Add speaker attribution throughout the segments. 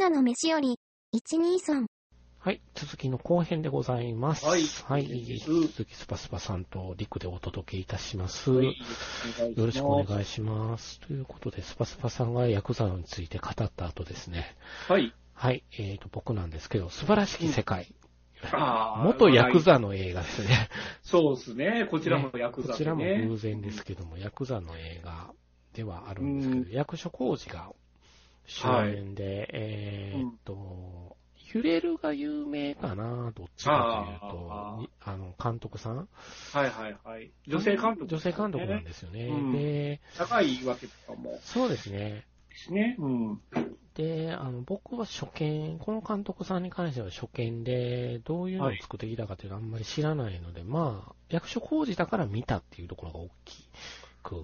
Speaker 1: らの飯より、123。
Speaker 2: はい、続きの後編でございます。
Speaker 3: はい
Speaker 2: はい、
Speaker 3: いいです
Speaker 2: 引き続きスパスパさんとリクでお届けいたします。
Speaker 3: はい
Speaker 2: よろしくお
Speaker 3: ます。
Speaker 2: 願いします。ということで、スパスパさんがヤクザについて語った後ですね。
Speaker 3: はい。
Speaker 2: はい、えーと、僕なんですけど、素晴らしき世界。
Speaker 3: あー
Speaker 2: 元ヤク。ザの映画ですね。
Speaker 3: そうですね。こちらもヤク
Speaker 2: こ
Speaker 3: ザ
Speaker 2: ち
Speaker 3: で
Speaker 2: らも
Speaker 3: ね。
Speaker 2: 偶然ですけども、ヤクザの映画ではあるんですけど、
Speaker 3: う
Speaker 2: 役所広司が主演で、えーっと、揺れるが有名かな、どっちかという
Speaker 3: あ
Speaker 2: と
Speaker 3: ー、
Speaker 2: にあの、監督さん
Speaker 3: はいはいはい。女性監督。
Speaker 2: 女性監督なん。ですよね。
Speaker 3: うん
Speaker 2: で、
Speaker 3: 高いわけとかも。
Speaker 2: そうですね。
Speaker 3: ですね。うん。
Speaker 2: で、あの、僕は初見、この監督さんに関しては初見で、どういうのを作ってきたかというのはあんまり知らないので、まあ、役所広司だから見たっていうところが大きく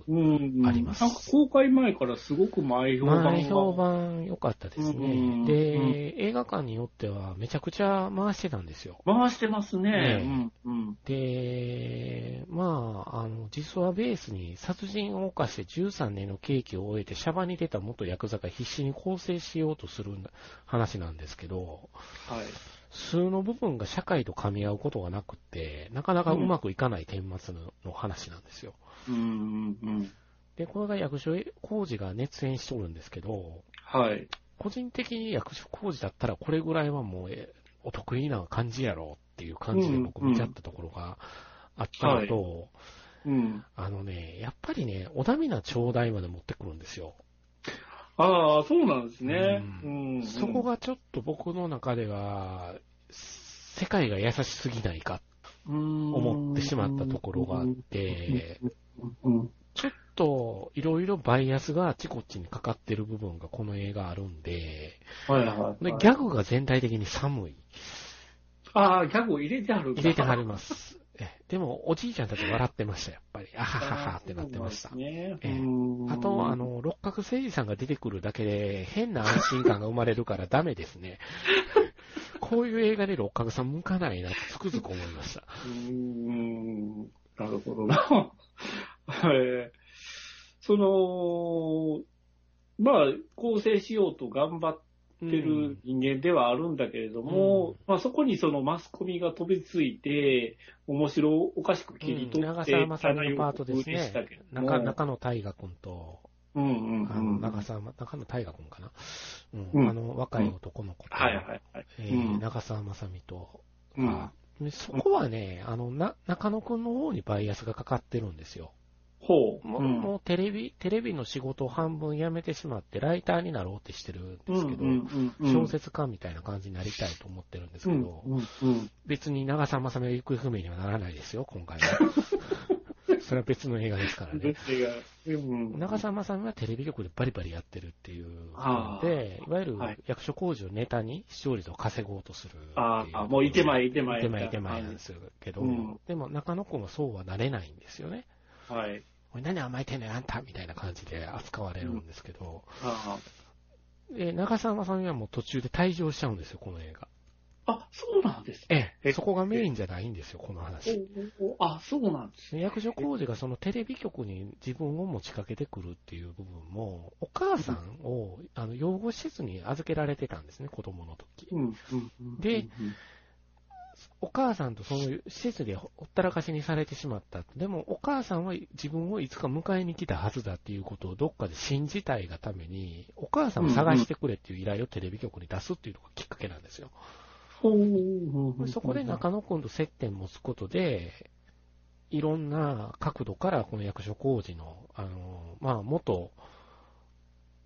Speaker 3: うん。
Speaker 2: あります
Speaker 3: なんか公開前からすごく前評判が。
Speaker 2: 前評判良かったです
Speaker 3: うんうんう
Speaker 2: ね。
Speaker 3: ん
Speaker 2: で
Speaker 3: うん、
Speaker 2: 映画館によってはめちゃくちゃ回してたんですよ。
Speaker 3: 回してますね。
Speaker 2: ね
Speaker 3: うん。うん。
Speaker 2: で、まあ、あの、実話ベースに殺人を犯して13年の刑期を終えてシャバに出た元ヤクザが必死に更生しようとする話なんですけど、
Speaker 3: はい。
Speaker 2: 数の部分が社会と噛み合うことがなくって、なかなかうまくいかない顛末のの話なんですよ。
Speaker 3: うんうんうん。
Speaker 2: で、これが役所工事が熱演しとるんですけど、
Speaker 3: はい。
Speaker 2: 個人的に役所工事だったらこれぐらいはもうえお得意な感じやろっていう感じで僕
Speaker 3: うんうん
Speaker 2: 見ちゃったところがあったのと、
Speaker 3: うん。
Speaker 2: あのね、やっぱりね、おだみな頂戴まで持ってくるんですよ。
Speaker 3: ああ、そうなんですね。
Speaker 2: う
Speaker 3: うんん。うん
Speaker 2: そこ。がちょっと僕の中では、世界が優しすぎないか
Speaker 3: 思
Speaker 2: 思ってしまったところがあって、
Speaker 3: うん。
Speaker 2: ちょっといろいろバイアスがあちこっちにかかってる部分がこの映画あるんで、
Speaker 3: はいはい。
Speaker 2: でギャグが全体的に寒い。
Speaker 3: ああ、ギャグを入れてある
Speaker 2: 入れては
Speaker 3: る。
Speaker 2: ります。えでも、おじいちゃんたち笑ってました、やっぱり。あはははってなってました
Speaker 3: そう。なんです
Speaker 2: ええ
Speaker 3: ね。うん
Speaker 2: あと、あ、の、六角誠治さんが出てくるだけで、変な安心感が生まれるから ダメですね。こういう映画で六角さん向かないなってつくづく思いました。
Speaker 3: うん。なるほどな。 ええその、まあ、構成しようと頑張ってる人間ではあるんだけれども、
Speaker 2: うん
Speaker 3: まあそこにそのマスコミが飛びついて、面白おかしく切り取
Speaker 2: 長
Speaker 3: って、
Speaker 2: 澤まさみのパートです
Speaker 3: 棚横でした
Speaker 2: ね
Speaker 3: け。ども
Speaker 2: 中中野大河君と、
Speaker 3: うんうん
Speaker 2: あの
Speaker 3: うん。
Speaker 2: 長澤ま、中野大河君かな。うん
Speaker 3: うん
Speaker 2: あの、若い男の子と、
Speaker 3: はいはいはい。
Speaker 2: えー
Speaker 3: うん
Speaker 2: 長澤まさみと、
Speaker 3: うん
Speaker 2: あでそこはね、あの、な、中野くんの方にバイアスがかかってるんですよ。
Speaker 3: ほう。
Speaker 2: もう、もうテレビ、テレビの仕事を半分辞めてしまって、ライターになろうってしてるんですけど、小説家みたいな感じになりたいと思ってるんですけど、
Speaker 3: うんうんうん
Speaker 2: 別に長澤まさみが行方不明にはならないですよ、今回 は。それは別の映画ですからね。
Speaker 3: うん。
Speaker 2: 長澤まさみはテレビ局でバリバリやってるっていうので、いわゆる
Speaker 3: はい
Speaker 2: 役所工事をネタに視聴率を稼ごうとするっていう
Speaker 3: ああ、もういてまえ、いてまえ。
Speaker 2: 手前手前なんですけど、
Speaker 3: うん
Speaker 2: でも中野くんはそうはなれないんですよね。
Speaker 3: はい。
Speaker 2: おい何甘えてんのよ、あんたみたいな感じで扱われるんですけど、
Speaker 3: あ
Speaker 2: で長澤まさみはもう途中で退場しちゃうんですよ、この映画。
Speaker 3: あ、あそうなんですね。
Speaker 2: ええ、
Speaker 3: え
Speaker 2: そこがメインじゃないんですよ、この話。
Speaker 3: おおおあ、そうなんですね。
Speaker 2: 役所工事がそのテレビ局に自分を持ちかけてくるっていう部分も、お母さんをあの養護施設に預けられてたんですね、子供の時。
Speaker 3: うんうんうん
Speaker 2: で、お母さんとその施設でほったらかしにされてしまった。でもお母さんは自分をいつか迎えに来たはずだっていうことをどっかで信じたいがために、お母さんを探してくれっていう依頼をテレビ局に出すっていうのがきっかけなんですよ。
Speaker 3: ほううんうん
Speaker 2: そこで中野くんと接点持つことで、いろんな角度からこの役所工事の、あの、まあ元、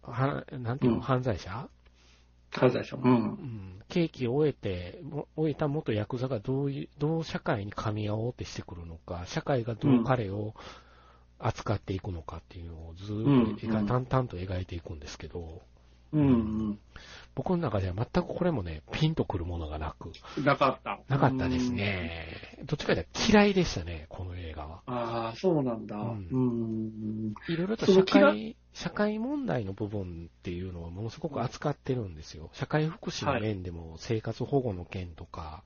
Speaker 2: はなんていうの、
Speaker 3: うん
Speaker 2: 犯罪者
Speaker 3: 関西省。うん。
Speaker 2: うん刑期を終えて、も終えた元ヤクザがどういう、どう社会に噛み合おうとしてくるのか、社会がどう彼を扱っていくのかっていうのをずーっと描い
Speaker 3: うん
Speaker 2: 淡々と描いていくんですけど、
Speaker 3: うん
Speaker 2: 僕の中では全くこれもね、ピンとくるものがなく、
Speaker 3: うん。なかった。
Speaker 2: なかったですね。どっちかというと嫌いでしたね、この映画は。
Speaker 3: うん。ああ、そうなんだ。
Speaker 2: う
Speaker 3: うんん。
Speaker 2: いろいろと
Speaker 3: そ
Speaker 2: 社
Speaker 3: の嫌
Speaker 2: 会、社会問題の部分っていうのをものすごく扱ってるんですよ。社会福祉の面でも生活保護の件とか、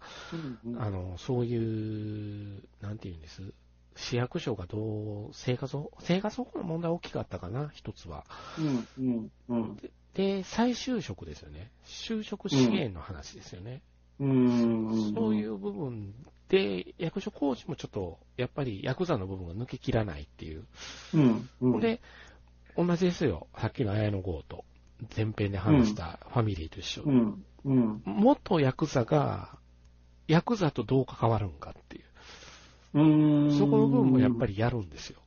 Speaker 3: うんうん
Speaker 2: あの、そういう、なんて言うんです市役所がどう、生活保、生活保護の問題大きかったかな、一つは。
Speaker 3: うん、うん、
Speaker 2: で、再就職ですよね。就職支援の話ですよね。
Speaker 3: うん。うん。
Speaker 2: そうい。う部分で、役所工事もちょっと、やっぱりヤクザの部分が抜けきらないっていう。
Speaker 3: うん、うん。、
Speaker 2: で、同じですよ。さっきの綾野剛と、前編で話したファミリーと一緒
Speaker 3: う。ん、うん。
Speaker 2: 元ヤクザが、ヤクザとどう関わるんかっていう。
Speaker 3: うん。
Speaker 2: そこの部分もやっぱ
Speaker 3: り。
Speaker 2: りやるんですよ。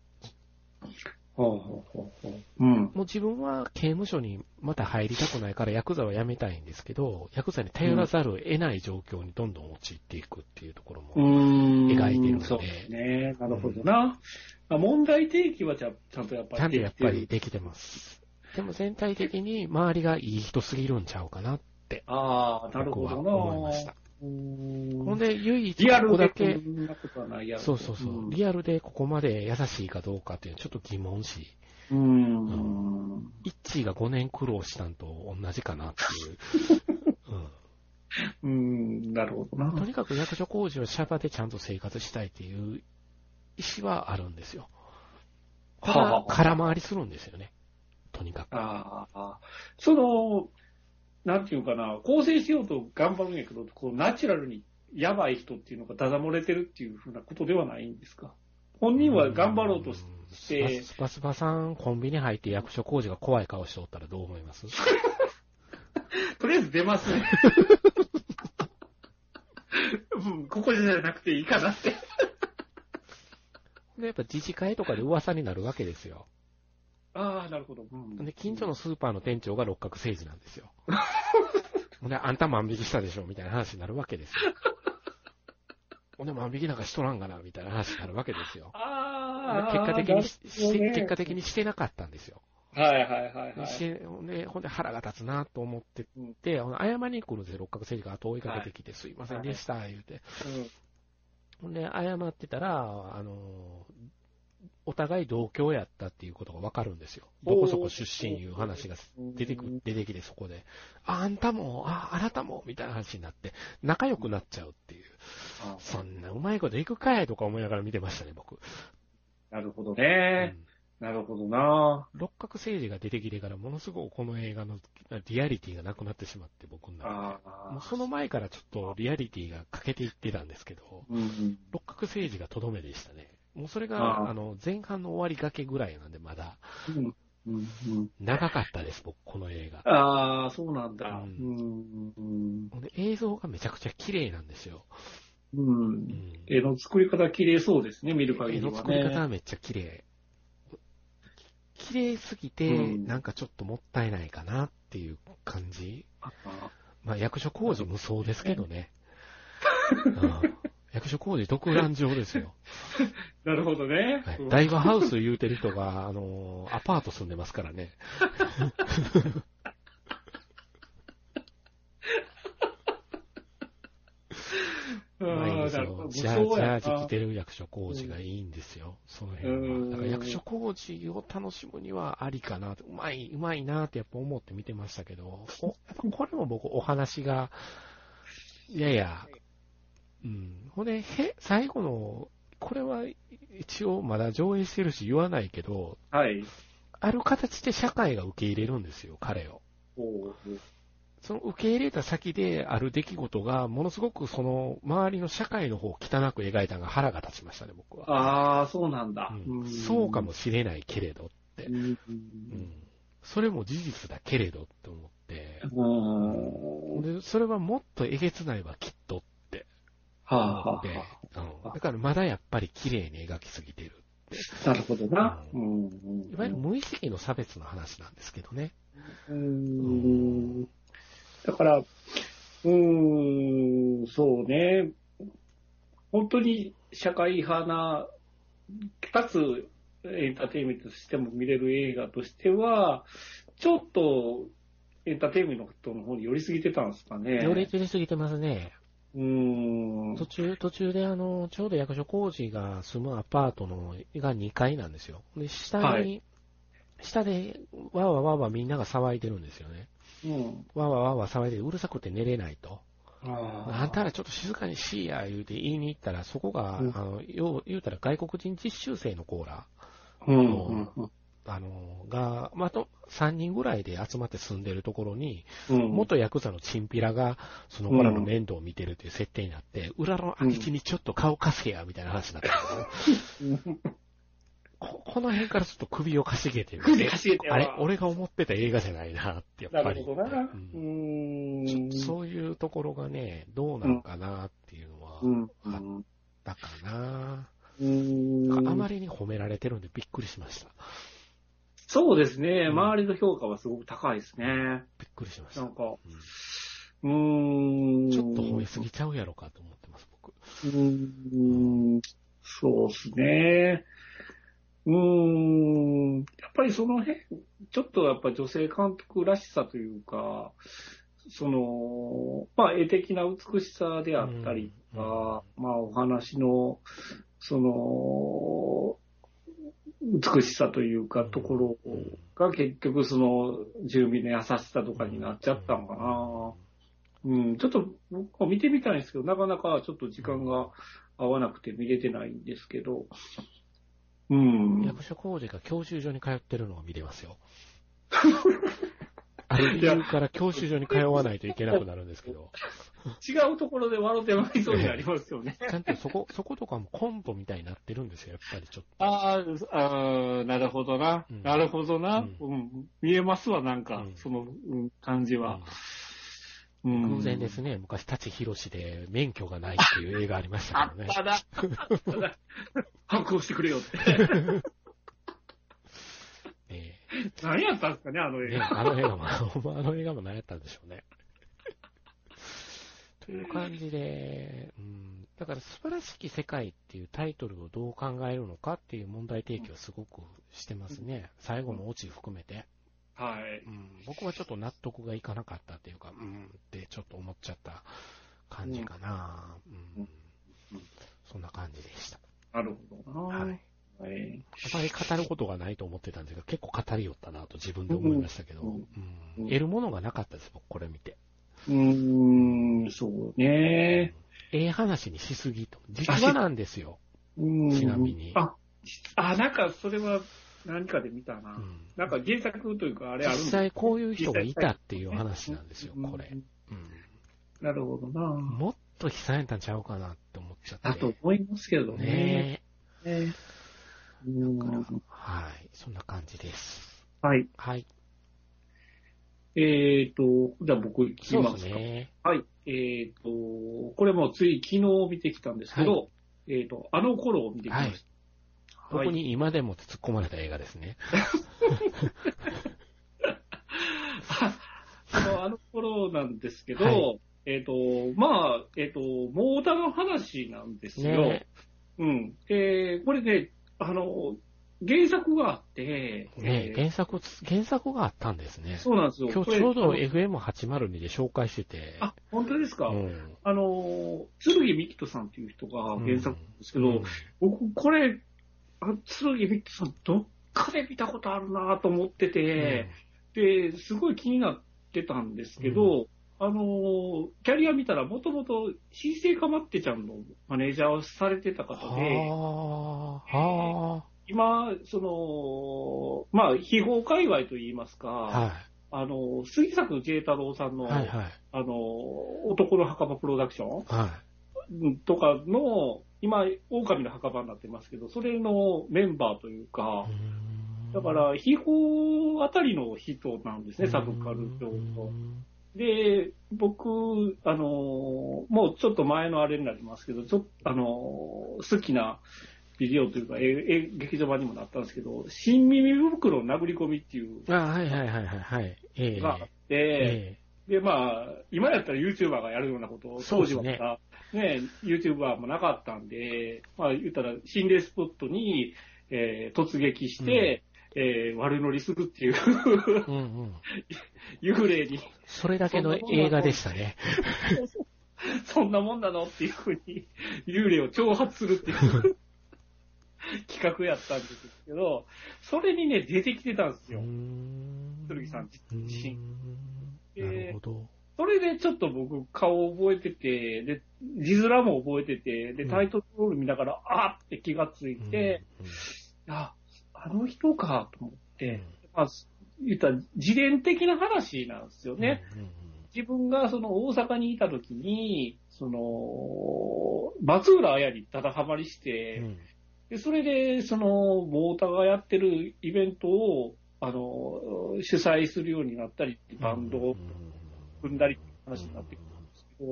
Speaker 3: ほうほうほうほう。うん。
Speaker 2: もう自分は刑務所にまた入りたくないからヤクザはやめたいんですけど、ヤクザに頼らざるを得ない状況にどんどん陥っていくっていうところも。
Speaker 3: 描
Speaker 2: いてるので
Speaker 3: そうですね。なるほどな。あ問題提起はちゃんちゃんとやっぱ
Speaker 2: ちゃんと
Speaker 3: り
Speaker 2: やっ
Speaker 3: できて
Speaker 2: ぱ
Speaker 3: る。
Speaker 2: りできてます。でも全体的に周りがいい人すぎるんちゃうかなって
Speaker 3: ああ、なる
Speaker 2: 僕
Speaker 3: ほ
Speaker 2: は
Speaker 3: どな。
Speaker 2: 思いました。
Speaker 3: うーん
Speaker 2: ほんで、唯一
Speaker 3: リア
Speaker 2: ここ
Speaker 3: ル
Speaker 2: だ
Speaker 3: で
Speaker 2: け
Speaker 3: こ、んなことはないやろ
Speaker 2: そうそうそう、リアルでここまで優しいかどうかっていうのはちょっと疑問し、
Speaker 3: うん。うん
Speaker 2: イッチーが5年苦労したんと同じかなって いう。うん
Speaker 3: うん、なるほどな。
Speaker 2: とにかく役所工事はシャバでちゃんと生活したいっていう意思はあるんですよ。た
Speaker 3: はあ
Speaker 2: だ
Speaker 3: は、あ
Speaker 2: 空回りするんですよね。とにかく。
Speaker 3: ああ、その、なんていうかな、構成しようと頑張るんやけど、こうナチュラルにやばい人っていうのがダダ漏れてるっていうふうなことではないんですか。本人は頑張ろうとし
Speaker 2: ん
Speaker 3: て
Speaker 2: スパスパさん、コンビニ入って役所工事が怖い顔しておったらどう思います
Speaker 3: とりあえず出ます ね。うんここじゃなくていいかなって。
Speaker 2: でやっぱ自治会とかで噂になるわけですよ。
Speaker 3: ああ、なるほど。うん
Speaker 2: で、近所のスーパーの店長が六角政治なんです よ。ほんで、あんた万引きしたでしょみたいな話になるわけですよ。ほんで、万引きなんかしとらんがなみたいな話になるわけですよ。
Speaker 3: ああ、
Speaker 2: 結果的にし
Speaker 3: なるほ
Speaker 2: し
Speaker 3: どね
Speaker 2: 結果的にしてなかったんですよ。
Speaker 3: はいはいはいは
Speaker 2: し
Speaker 3: い。
Speaker 2: てほんで、ほんで腹が立つなと思ってて、ほんで謝りに来るんですよ、六角政治が後追いかけてきて、すいませんでした、言うて。ほんで、謝ってたら、あのー、お互い同郷やったっていうことがわかるんですよ。どこそこ出身いう話が
Speaker 3: うん
Speaker 2: 出てく、出てきてそこで、あ、あんたも、あ、あなたも、みたいな話になって、仲良くなっちゃうっていう。
Speaker 3: あ
Speaker 2: そんなうまいこといくかいとか思いながら見てましたね、僕。
Speaker 3: なるほど
Speaker 2: う
Speaker 3: ね。
Speaker 2: ん
Speaker 3: なるほどな。
Speaker 2: 六角政治が出てきてから、ものすごくこの映画のリアリティがなくなってしまって、僕の中で
Speaker 3: あ
Speaker 2: もう
Speaker 3: あ。
Speaker 2: その前からちょっとリアリティが欠けていってたんですけど、
Speaker 3: うん
Speaker 2: 六角政治がとどめでしたね。もうそれ
Speaker 3: あ
Speaker 2: が、
Speaker 3: ー
Speaker 2: あの、前半の終わりがけぐらいなんで、まだ、
Speaker 3: うんうんうん
Speaker 2: 長かったです、僕、この映画。
Speaker 3: ああ、そうなんだ。
Speaker 2: う
Speaker 3: うんん。うん
Speaker 2: ほんで映像がめちゃくちゃ綺麗なんですよ。うん
Speaker 3: 絵の作り方綺麗そうですね、見る限
Speaker 2: 絵
Speaker 3: りは
Speaker 2: の
Speaker 3: ね。
Speaker 2: 作り方はめっちゃ綺麗。綺麗すぎて、
Speaker 3: うん
Speaker 2: なんかちょっともったいないかなっていう感じ。
Speaker 3: ああ
Speaker 2: まあ、役所工事無双ですけどね。うん役所工事独覧上ですよ。
Speaker 3: なるほどね。
Speaker 2: はい
Speaker 3: うん
Speaker 2: ダイバーハウス言うてる人が、あのーアパート住んでますからね。
Speaker 3: あ
Speaker 2: まあいいん
Speaker 3: あ
Speaker 2: です
Speaker 3: なるほ
Speaker 2: よ。
Speaker 3: ど。
Speaker 2: じゃあ、じゃあ、
Speaker 3: 無双やな
Speaker 2: 着てる役所工事がいいんですよ。その
Speaker 3: う
Speaker 2: 辺は。
Speaker 3: ん
Speaker 2: だから役所工事を楽しむにはありかなと。うまい、うまいなってやっぱ思って見てましたけど、おやっぱこれも僕お話が、いやいや、うん。ほんで、へ、最後の、これは一応まだ上映してるし言わないけど、
Speaker 3: はい。
Speaker 2: ある形で社会が受け入れるんですよ、彼を。
Speaker 3: おう
Speaker 2: その受け入れた先である出来事が、ものすごくその周りの社会の方を汚く描いたのが腹が立ちましたね、僕は。
Speaker 3: ああ、そうなんだ。
Speaker 2: うん
Speaker 3: ん
Speaker 2: そうかも。しれないけれど、
Speaker 3: うん
Speaker 2: うんそれも事実だけれどって思って、
Speaker 3: うん。
Speaker 2: でそれはもっとえげつないわ、きっとって
Speaker 3: はあ
Speaker 2: 思っ
Speaker 3: は
Speaker 2: て、
Speaker 3: あ。
Speaker 2: うんだからまだやっぱり綺麗に描きすぎてる。
Speaker 3: なるほどな。
Speaker 2: う
Speaker 3: うん
Speaker 2: いわゆる無意識の差別の話なんですけどね。
Speaker 3: うーんだから、うーん、そうね。本当に社会派な、かつエンターテインメントとしても見れる映画としては、ちょっとエンターテインメントの方に寄りすぎてたんですかね。
Speaker 2: 行列に過ぎてますね。
Speaker 3: うーん。
Speaker 2: 途中、途中で、あの、ちょうど役所工事が住むアパートの、が2階なんですよ。で、下に、
Speaker 3: は
Speaker 2: 下で、わーわーわーわーみんなが騒いでるんですよね。
Speaker 3: うん。
Speaker 2: わーわーわーわー騒いで、うるさくて寝れないと。あ
Speaker 3: あ
Speaker 2: んたらちょっと静かにしいや、言うて言いに行ったら、そこが、
Speaker 3: うん
Speaker 2: あの、よう、言うたら外国人実習生のコーラ、
Speaker 3: ーうんうんうん
Speaker 2: あの、が、まあ、と、3人ぐらいで集まって住んでるところに、
Speaker 3: うん。
Speaker 2: 元ヤクザのチンピラが、その子らの面倒を見てるっていう設定になって、裏の空き地にちょっと顔貸せや、みたいな話になったんですよ
Speaker 3: うん
Speaker 2: こ この辺からちょっと首をかしげてる。
Speaker 3: 首かしげてるわ
Speaker 2: あれ俺が思ってた映画じゃないな、ってやっ
Speaker 3: な
Speaker 2: ぱ
Speaker 3: る
Speaker 2: り。
Speaker 3: ほどな。う
Speaker 2: うんちょっと
Speaker 3: ーん。
Speaker 2: そういうところがね、どうなのかなっていうのは、
Speaker 3: うん。
Speaker 2: だかな、
Speaker 3: うん。
Speaker 2: あまりに褒められてるんでびっくりしました。
Speaker 3: そうですね。
Speaker 2: うん
Speaker 3: 周りの評価はすごく高いですね。
Speaker 2: びっくりしました。
Speaker 3: な
Speaker 2: うんん
Speaker 3: か、うーん。
Speaker 2: ちょっと褒めすぎちゃうやろかと思ってます、僕。
Speaker 3: うーんそうですね。うーん。やっぱりその辺、ちょっとやっぱ女性監督らしさというか、その、まあ絵的な美しさであったりとか、まあお話の、その、美しさというか、ところが結局その住民の優しさとかになっちゃったのかな。うん、ちょっと僕も見てみたいんですけど、なかなかちょっと時間が合わなくて見れてないんですけど、うん。
Speaker 2: 役所工事が教習所に通ってるのが見れます よ。あれ理由から教習所に通わないといけなくなるんですけど、
Speaker 3: 違うところで笑ってまいそうになりますよね。
Speaker 2: ちゃんとそこ、そことかもコントみたいになってるんですよ、やっぱりちょっと。
Speaker 3: あーあー、なるほどな。
Speaker 2: うん
Speaker 3: なるほどな、
Speaker 2: う
Speaker 3: うん見えますわ、なんか、
Speaker 2: うん
Speaker 3: その、うん感じは、うん
Speaker 2: 偶然ですね、昔、舘ひろしで免許がないっていう映画ありました
Speaker 3: あ
Speaker 2: けどね
Speaker 3: っ。たな。 反抗してくれよって。
Speaker 2: え
Speaker 3: 何やったんですかね、あの
Speaker 2: え
Speaker 3: 映
Speaker 2: ね
Speaker 3: 画。
Speaker 2: あの映画も、あの映画も何やったんでしょうね。という感じで、うん、だから素晴らしき世界っていうタイトルをどう考えるのかっていう問題提起をすごくしてますね。最後のオチ含めて。
Speaker 3: はい。
Speaker 2: うん、僕はちょっと納得がいかなかったっていうか、うんってちょっと思っちゃった感じかな。う
Speaker 3: うん
Speaker 2: ん、そんな感じでした。
Speaker 3: なるほどな。
Speaker 2: はい。
Speaker 3: はい
Speaker 2: あまり語ることがないと思ってたんですが、結構語りよったなと自分で思いましたけど、
Speaker 3: うん
Speaker 2: うん得るものがなかったです、僕、これ見て。
Speaker 3: うーん、そうね。
Speaker 2: ええ話にしすぎと。実話なんですよ。
Speaker 3: うん
Speaker 2: ちなみに
Speaker 3: あ、あ、なんかそれは何かで見たな。
Speaker 2: うん
Speaker 3: なんか原作というかあれあ
Speaker 2: 実
Speaker 3: るんだ
Speaker 2: 際こういう人がいたっていう話なんですよ、
Speaker 3: うん
Speaker 2: これ。うん
Speaker 3: なるほどな。
Speaker 2: もっと悲惨やったんちゃうかなって思っちゃって。
Speaker 3: だと思いますけどね。
Speaker 2: ね
Speaker 3: ねうん
Speaker 2: え、はい。そんな感じです。
Speaker 3: はい。
Speaker 2: はい。
Speaker 3: えっ、と、じゃあ僕いき
Speaker 2: そう
Speaker 3: ま
Speaker 2: ですす
Speaker 3: か。
Speaker 2: ね。
Speaker 3: はい。えっ、と、これもつい昨日見てきたんですけど、えっ、と、あの頃を見てきました。
Speaker 2: 特に今でも突っ込まれた映画ですね。
Speaker 3: ああ の、あの頃なんですけど、
Speaker 2: はい
Speaker 3: えっ、と、まあ、えっ、と、モータの話なんですよ。
Speaker 2: ね
Speaker 3: うん。えーこれね、あの、原作があって、
Speaker 2: え。ねえ、
Speaker 3: えー
Speaker 2: 原作、原作があったんですね。
Speaker 3: そうなんですよ。
Speaker 2: 今
Speaker 3: こ
Speaker 2: 日
Speaker 3: れ
Speaker 2: ちょうど
Speaker 3: あの
Speaker 2: FM802 で紹介してて、
Speaker 3: あ、本当ですか。
Speaker 2: うん
Speaker 3: あの、剣美人さんっていう人が原作なんですけど、
Speaker 2: うん
Speaker 3: 僕、これ、あ剣美人さん、どっかで見たことあるなと思ってて、で、すごい気になってたんですけど、あの、キャリア見たら、もともと、新生かまってちゃんのマネージャーをされてた
Speaker 2: は
Speaker 3: 方で、
Speaker 2: あ、は
Speaker 3: 今、その、まあ、秘宝界隈といいますか、
Speaker 2: あ、は
Speaker 3: あの、杉作 J 太郎さん
Speaker 2: い、
Speaker 3: の、
Speaker 2: はい、はい、
Speaker 3: あの、男の墓場プロダクショ
Speaker 2: は
Speaker 3: ンとかの、今、狼の墓場になってますけど、それのメンバーというか
Speaker 2: い。う、ーん
Speaker 3: だか、ら、秘宝あたりの人なんですね、サブカル
Speaker 2: う
Speaker 3: 上
Speaker 2: ー
Speaker 3: の。
Speaker 2: ん
Speaker 3: で、僕、あの、もうちょっと前のあれになりますけど、ちょっと、あの、好きなビデオというか、ええ劇場版にもなったんですけど、新耳袋の殴り込みっていう
Speaker 2: あはい、はい、はい、はい、はい。ええ
Speaker 3: のがあって、
Speaker 2: え
Speaker 3: で、まあ、今やったら YouTuber がやるようなことを、
Speaker 2: そう
Speaker 3: 当
Speaker 2: です
Speaker 3: 時は
Speaker 2: ね
Speaker 3: また、ね、YouTuber もなかったんで、まあ言ったら心霊スポットに、えー突撃して、えー悪乗りするっていう
Speaker 2: えうん、うん。
Speaker 3: 幽霊に、
Speaker 2: それだけの映画でしたね。
Speaker 3: そんなもんなのっていうふうに、幽霊を挑発するっていう企画やったんですけど、それにね、出てきてたんです
Speaker 2: うー
Speaker 3: よ。
Speaker 2: ん
Speaker 3: 剣さん
Speaker 2: う
Speaker 3: 自
Speaker 2: ー
Speaker 3: 身。
Speaker 2: ん
Speaker 3: で
Speaker 2: なるほど。
Speaker 3: それでちょっと僕、顔を覚えてて、で、字面も覚えてて、で、
Speaker 2: うん
Speaker 3: タイトルロール見ながら、あーって気がついて、あ、あの人か、と思って、
Speaker 2: うん
Speaker 3: まあ、言ったら、自伝的な話なんですよ
Speaker 2: うん、
Speaker 3: ね。
Speaker 2: うんうん
Speaker 3: 自分がその大阪にいた時に、その、松浦綾にただハマりし
Speaker 2: う
Speaker 3: て、
Speaker 2: ん、
Speaker 3: でそれで、その、ボータがやってるイベントを、あの、主催するようになったり、バンドを組んだりって話になってくるんですけ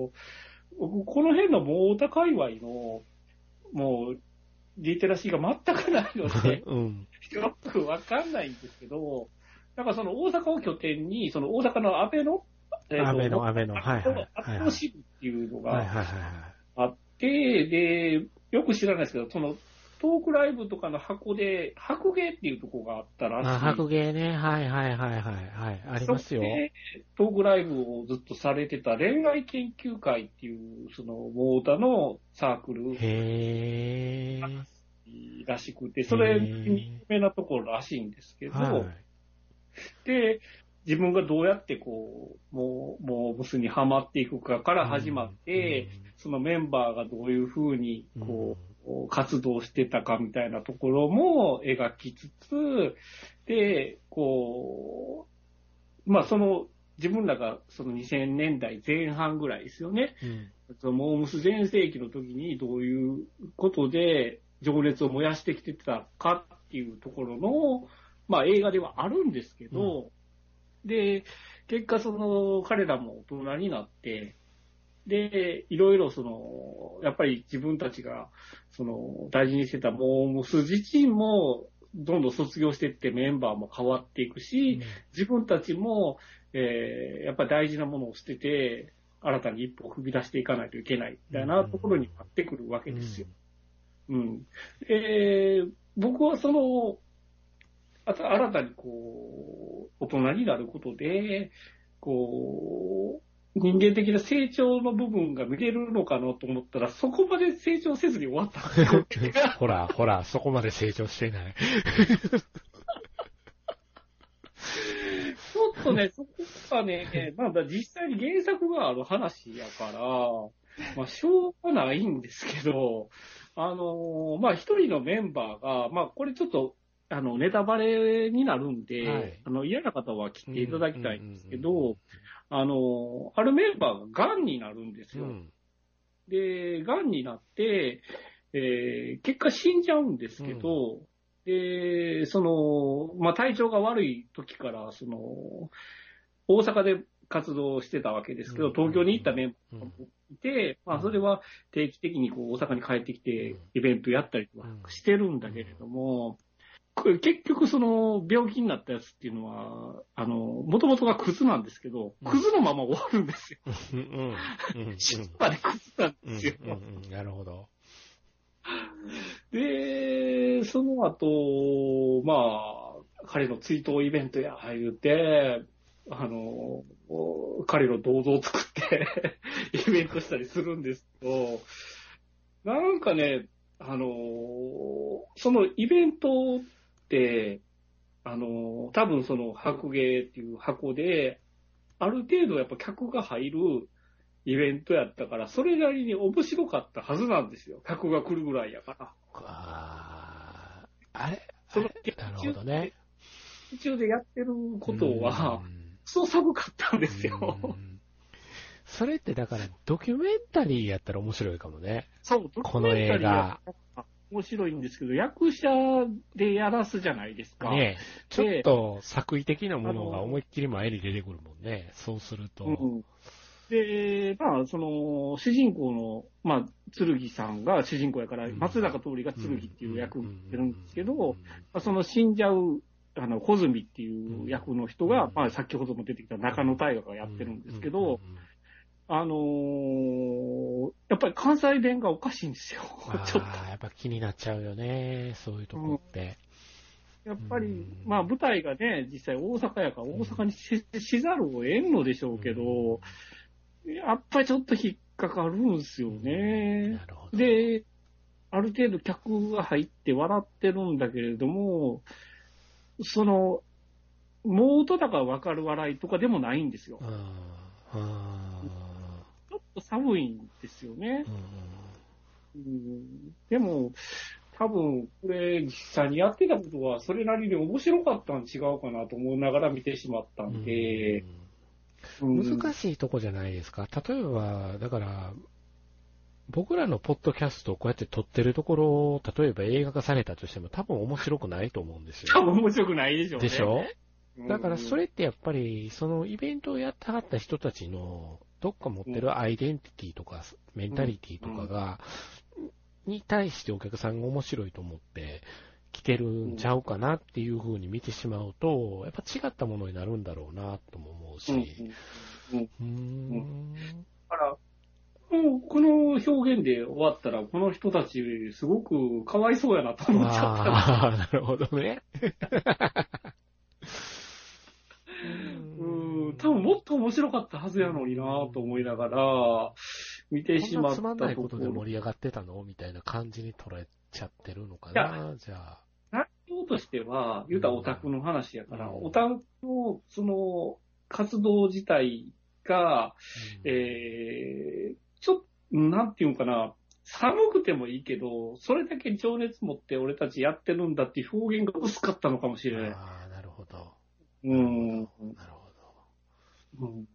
Speaker 3: ど、僕、この辺のボータ界隈の、もう、リテラシーが全くないので、
Speaker 2: うん。
Speaker 3: よくわかんないんですけど、なんかその大阪を拠点に、その大阪の安倍の、え
Speaker 2: 安倍の、
Speaker 3: 安
Speaker 2: 安倍の、はいはい。は
Speaker 3: 倍
Speaker 2: い
Speaker 3: の支部っていうの
Speaker 2: はい
Speaker 3: が
Speaker 2: はいは
Speaker 3: あって、で、よく知らないですけど、その、トークライブとかの箱で、白芸っていうとこがあったら
Speaker 2: い。
Speaker 3: しい
Speaker 2: あ、白芸ね。はいはいはいはい。はい。ありますよ
Speaker 3: そ。こでトークライブをずっとされてた恋愛研究会っていう、その、モータのサークル
Speaker 2: へー。
Speaker 3: らしくて、それ、
Speaker 2: へー
Speaker 3: 有名なところらしいんですけど、
Speaker 2: はい。
Speaker 3: で、自分がどうやってこう、もう、もうブスにはまっていくかから始まって、そのメンバーがどういうふうに
Speaker 2: うん、
Speaker 3: こう、活動してたかみたいなところも描きつつ、で、こう、まあその、自分らがその2000年代前半ぐらいですよね。
Speaker 2: うん、うん
Speaker 3: そのモームス全盛期の時にどういうことで情熱を燃やしてきてたかっていうところの、まあ映画ではあるんですけど、で、結果その彼らも大人になって、で、いろいろその、やっぱり自分たちが、その、大事にしてたモームス自身も、どんどん卒業していってメンバーも変わっていくし、自分たちも、えーやっぱり大事なものを捨てて、新たに一歩を踏み出していかないといけない、みたいなところになってくるわけですよ。うん。えー僕はその、あた新たにこう、大人になることで、こう、人間的な成長の部分が見れるのかなと思ったら、そこまで成長せずに終わったんですよ。
Speaker 2: ほら、ほら、そこまで成長してない。
Speaker 3: ちょっとね、そこが ね、まあ実際に原作がある話やから、まあしょうがないんですけど、あのーまあ一人のメンバーが、まあこれちょっと、あの、ネタバレになるんで、
Speaker 2: はい
Speaker 3: あの、嫌な方は聞いていただきたいんですけど、
Speaker 2: うんうんうんうん
Speaker 3: あのーあるメンバーが癌になるんですよ。
Speaker 2: うん
Speaker 3: で、癌になって、えー結果死んじゃうんですけど、で、その、まあ、体調が悪い時から、その、大阪で活動してたわけですけど、
Speaker 2: うん
Speaker 3: 東京に行ったメン
Speaker 2: う
Speaker 3: バーも
Speaker 2: ん
Speaker 3: いて、まあ、それは定期的にこう大阪に帰ってき
Speaker 2: う
Speaker 3: て
Speaker 2: ん、
Speaker 3: イベントやったりとか
Speaker 2: うん
Speaker 3: してるんだけれども、これ結局その病気になったやつっていうのは、あの、もともとがクズなんですけど、
Speaker 2: うん
Speaker 3: クズのまま終わるんですよ。
Speaker 2: うんうんうんうん
Speaker 3: 死ぬまでクズなん
Speaker 2: うん
Speaker 3: ですよ。
Speaker 2: うんうんなるほど。
Speaker 3: で、その後、まあ、彼の追悼イベントや、言うて、あの、彼の銅像を作って、 イベントしたりするんですけど、なんかね、あの、そのイベントって、あの、多分その白芸っていう箱で、ある程度やっぱ客が入るイベントやったから、それなりに面白かったはずなんですよ。客が来るぐらいやから。
Speaker 2: あーあれあ
Speaker 3: その
Speaker 2: れなるほどね。
Speaker 3: 途中でやってることは
Speaker 2: う、ん
Speaker 3: そう寒かったんですよ。
Speaker 2: うんそれってだから、ドキュメンタリーやったら面白いかもね。
Speaker 3: そう、ドキ
Speaker 2: こ
Speaker 3: ュ
Speaker 2: の
Speaker 3: メンタ
Speaker 2: 映
Speaker 3: リーは
Speaker 2: 画。
Speaker 3: 面白いんですけど、役者でやらすじゃないですか。
Speaker 2: ねちょっと作為的なものが思いっきり前に出てくるもんね。そうすると。
Speaker 3: うん、で、まあ、その、主人公の、まあ、剣さんが主人公やから、
Speaker 2: うん
Speaker 3: 松坂桃李が剣っていう役をやってるんですけど、
Speaker 2: うんうんうん
Speaker 3: まあその死んじゃう、あの、小泉っていう役の人が、
Speaker 2: うん
Speaker 3: まあ、先ほども出てきた中野大河がやってるんですけど、、
Speaker 2: うんうんうん
Speaker 3: あのーやっぱり関西弁がおかしいんですよ。
Speaker 2: あ
Speaker 3: ちょっ
Speaker 2: ーやっぱ気になっちゃうよね。そういうとこって。
Speaker 3: と。やっぱり、
Speaker 2: うん
Speaker 3: まあ舞台がね、実際大阪やから大阪にし,、ざるを得んのでしょうけど、やっぱりちょっと引っかかるんですよね。
Speaker 2: なるほど。
Speaker 3: で、ある程度客が入って笑ってるんだけれども、その、もうとだからわかる笑いとかでもないんですよ
Speaker 2: う。ん、あ
Speaker 3: ちょっと寒いんですよね
Speaker 2: ー。うん
Speaker 3: うんでも、多分、これ、実際にやってたことは、それなりに面白かったん違うかなと思いながら見てしまったんで、うん
Speaker 2: 難しいとこじゃないですか。例えば、だから、僕らのポッドキャストをこうやって撮ってるところを、例えば映画化されたとしても多分面白くないと思うんです
Speaker 3: 多
Speaker 2: よ。
Speaker 3: 分面白くないでしょうね。
Speaker 2: でしょ
Speaker 3: うん
Speaker 2: だからそれってやっぱり、そのイベントをやったはった人たちの、どっか持ってるアイデンティティとか、メンタリティとかが、に対してお客さんが面白いと思って、来てるんちゃうかなっていう風に見てしまうと、やっぱ違ったものになるんだろうなとも思う
Speaker 3: うんうん
Speaker 2: し。
Speaker 3: うんだ
Speaker 2: うーん。
Speaker 3: から、もうこの表現で終わったら、この人たち、すごくかわいそうやなと思 っちゃった。
Speaker 2: ああ、なるほどね。
Speaker 3: うん、多分もっと面白かったはずやのになと思いながら、見てし
Speaker 2: こん
Speaker 3: ま
Speaker 2: な
Speaker 3: っ
Speaker 2: つ
Speaker 3: たと
Speaker 2: まんないことで
Speaker 3: ころ
Speaker 2: 盛り上がってたのみたいな感じに捉えちゃってるのか
Speaker 3: い
Speaker 2: な、じゃあ。
Speaker 3: 内容としては、言うたらオタクの話やから、
Speaker 2: うん
Speaker 3: オタクの、その、活動自体が、
Speaker 2: うん
Speaker 3: えー、ちょっと、なんていうんかな、寒くてもいいけど、それだけ情熱持って俺たちやってるんだっていう表現が薄かったのかもしれない。
Speaker 2: ああ、なるほど。
Speaker 3: う
Speaker 2: な
Speaker 3: ん。
Speaker 2: るほど
Speaker 3: うん
Speaker 2: うん。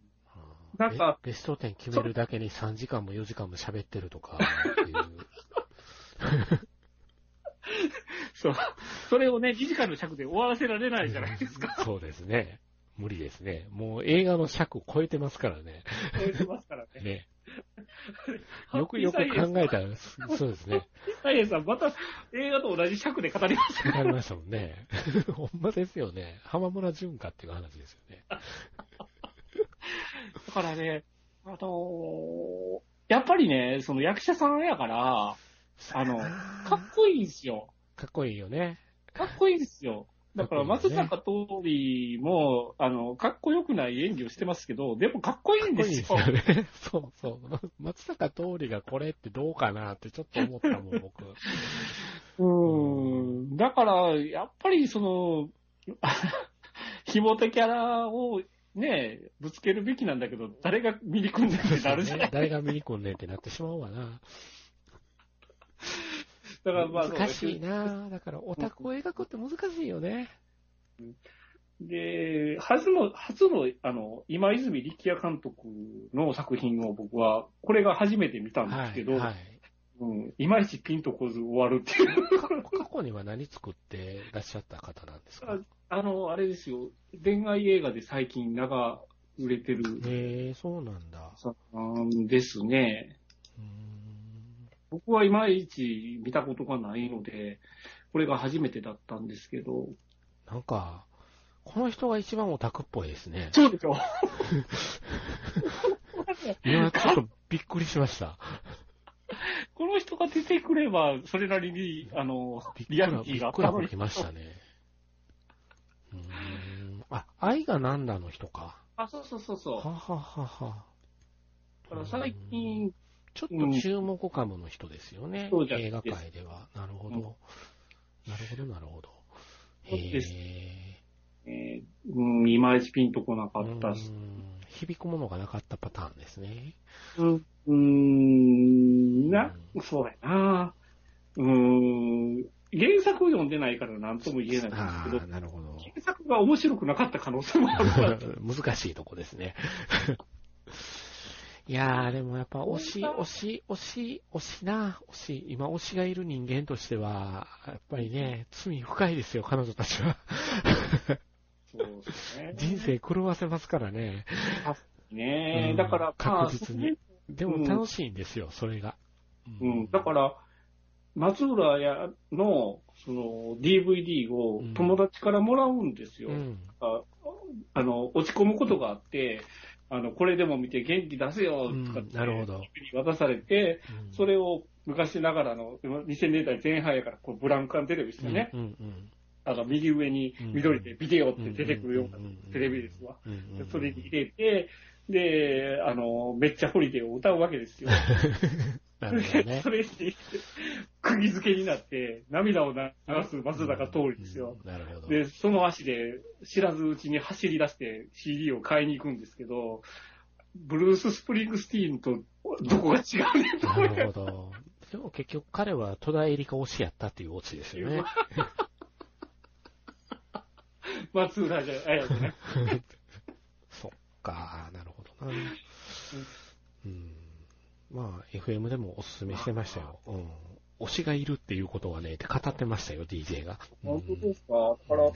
Speaker 3: なんか
Speaker 2: ベ、ベスト10決めるだけに3時間も4時間も喋ってるとか、っていう。
Speaker 3: そう。それをね、2時間の尺で終わらせられ ないじゃないですか。
Speaker 2: そうですね。無理ですね。もう映画の尺を超えてますからね。
Speaker 3: 超えてますからね。
Speaker 2: ね。よくよく考えたら、すそうですね。
Speaker 3: サイエンさん、また映画と同じ尺で語りました。
Speaker 2: ありましたもんね。 ほんまですよね。浜村淳かっていう話ですよね。
Speaker 3: だからね、あのーやっぱりね、その役者さんやから、あの、か
Speaker 2: か
Speaker 3: っこいいんですよ。
Speaker 2: っこいいよね。
Speaker 3: かっこいいんですよ。だから、
Speaker 2: かっこいい
Speaker 3: 松
Speaker 2: よね
Speaker 3: 坂桃李も、あの、かっこよくない演技をしてますけど、でもかっこいいん
Speaker 2: かっこ
Speaker 3: で
Speaker 2: いい
Speaker 3: す
Speaker 2: で
Speaker 3: よ。
Speaker 2: すよね。そうそう。ま松坂桃李がこれってどうかなってちょっと思ったもん、僕。
Speaker 3: うーん。だから、やっぱりその、 ひもてキャラをね、ぶつけるべきなんだけど、誰が見に来んだってなるじゃない。
Speaker 2: 誰が見に来んねんってなってしまうわな。
Speaker 3: だからまあ、
Speaker 2: 難しいなだからオタクを描くって難しいよね。
Speaker 3: で、初の、初の、あの、今泉力也監督の作品を僕は、これが初めて見たんで
Speaker 2: は
Speaker 3: すけ
Speaker 2: い。
Speaker 3: ど、
Speaker 2: はい。
Speaker 3: うん、いまいちピンとこず終わるっていう。
Speaker 2: か過去には何作ってらっしゃった方なんですか
Speaker 3: あの、あれですよ、恋愛映画で最近名が売れてる、
Speaker 2: へえそうなんだ。
Speaker 3: 作んですね。
Speaker 2: うーん。
Speaker 3: 僕はいまいち見たことがないので、これが初めてだったんですけど。
Speaker 2: なんか、この人が一番オタクっぽいですね。
Speaker 3: そうでしょ
Speaker 2: いや、ちょっとびっくりしました。
Speaker 3: この人が出てくれば、それなりに、あの、リアリティがあっ
Speaker 2: び
Speaker 3: た
Speaker 2: っ
Speaker 3: の
Speaker 2: く
Speaker 3: に
Speaker 2: り。きましたね。うーん。あ、愛がなんだの人か。
Speaker 3: あ、そうそうそう
Speaker 2: は
Speaker 3: そ
Speaker 2: ははは。
Speaker 3: う。だから最近、
Speaker 2: ちょっと注目株の人ですよね。
Speaker 3: そうです
Speaker 2: 映画界では。なるほど。
Speaker 3: うん
Speaker 2: なるほど、なるほど。
Speaker 3: そうです
Speaker 2: へ
Speaker 3: えーうん、いまいちピンとこな
Speaker 2: ー
Speaker 3: かったし
Speaker 2: うー。ん響くものがなかったパターンですね。
Speaker 3: うん、うんな、そうやな。うん、原作を読んでないから何とも言えないんです
Speaker 2: あ
Speaker 3: けど
Speaker 2: あ、、なるほど。
Speaker 3: 原作が面白くなかった可能性もあるから。
Speaker 2: 難しいとこですね。 いやー、でもやっぱ推し、推し、推し、推しな、推し、今推しがいる人間としては、やっぱりね、罪深いですよ、彼女たちは。
Speaker 3: そうですね。
Speaker 2: 人生狂わせますからね。
Speaker 3: ね
Speaker 2: う
Speaker 3: え、
Speaker 2: ん
Speaker 3: だから、
Speaker 2: 確実に
Speaker 3: まあ
Speaker 2: でも楽しいんですよ、それが。
Speaker 3: それうん、だから、松浦屋の、その、DVD を友達からもらうんですよ。
Speaker 2: うん。
Speaker 3: ああの、落ち込むことがあって、あの、これでも見て元気出せよ
Speaker 2: うん
Speaker 3: とかって、
Speaker 2: なるほど
Speaker 3: に渡されて、
Speaker 2: うん
Speaker 3: それを昔ながらの、2000年代前半やから、こう、ブラウン管テレビですよね。
Speaker 2: うんうん
Speaker 3: あの、右上に緑でビデオって出てくるようなテレビですわ。
Speaker 2: うんうんうん
Speaker 3: でそれに入れて、で、あの、めっちゃホリデーを歌うわけ ですよ。
Speaker 2: なるほど
Speaker 3: で
Speaker 2: ね
Speaker 3: そ。れに、釘付けになって、涙を流す松坂通りですよ。
Speaker 2: うん。なるほど。
Speaker 3: で、その足で知らずうちに走り出して CD を買いに行くんですけど、ブルース・スプリングスティーンとどこが違うねんと
Speaker 2: な
Speaker 3: 思って
Speaker 2: るほど。でも結局彼は戸田恵梨香推しやったっていうオチですよね。
Speaker 3: 松浦じゃないやつね。
Speaker 2: そっか、なるほどな。うん。まあ、FM でもおすすめしてましたよ。うん。推しがいるっていうことはね、って語ってましたよ、DJ が。うん
Speaker 3: 本当ですか。だから、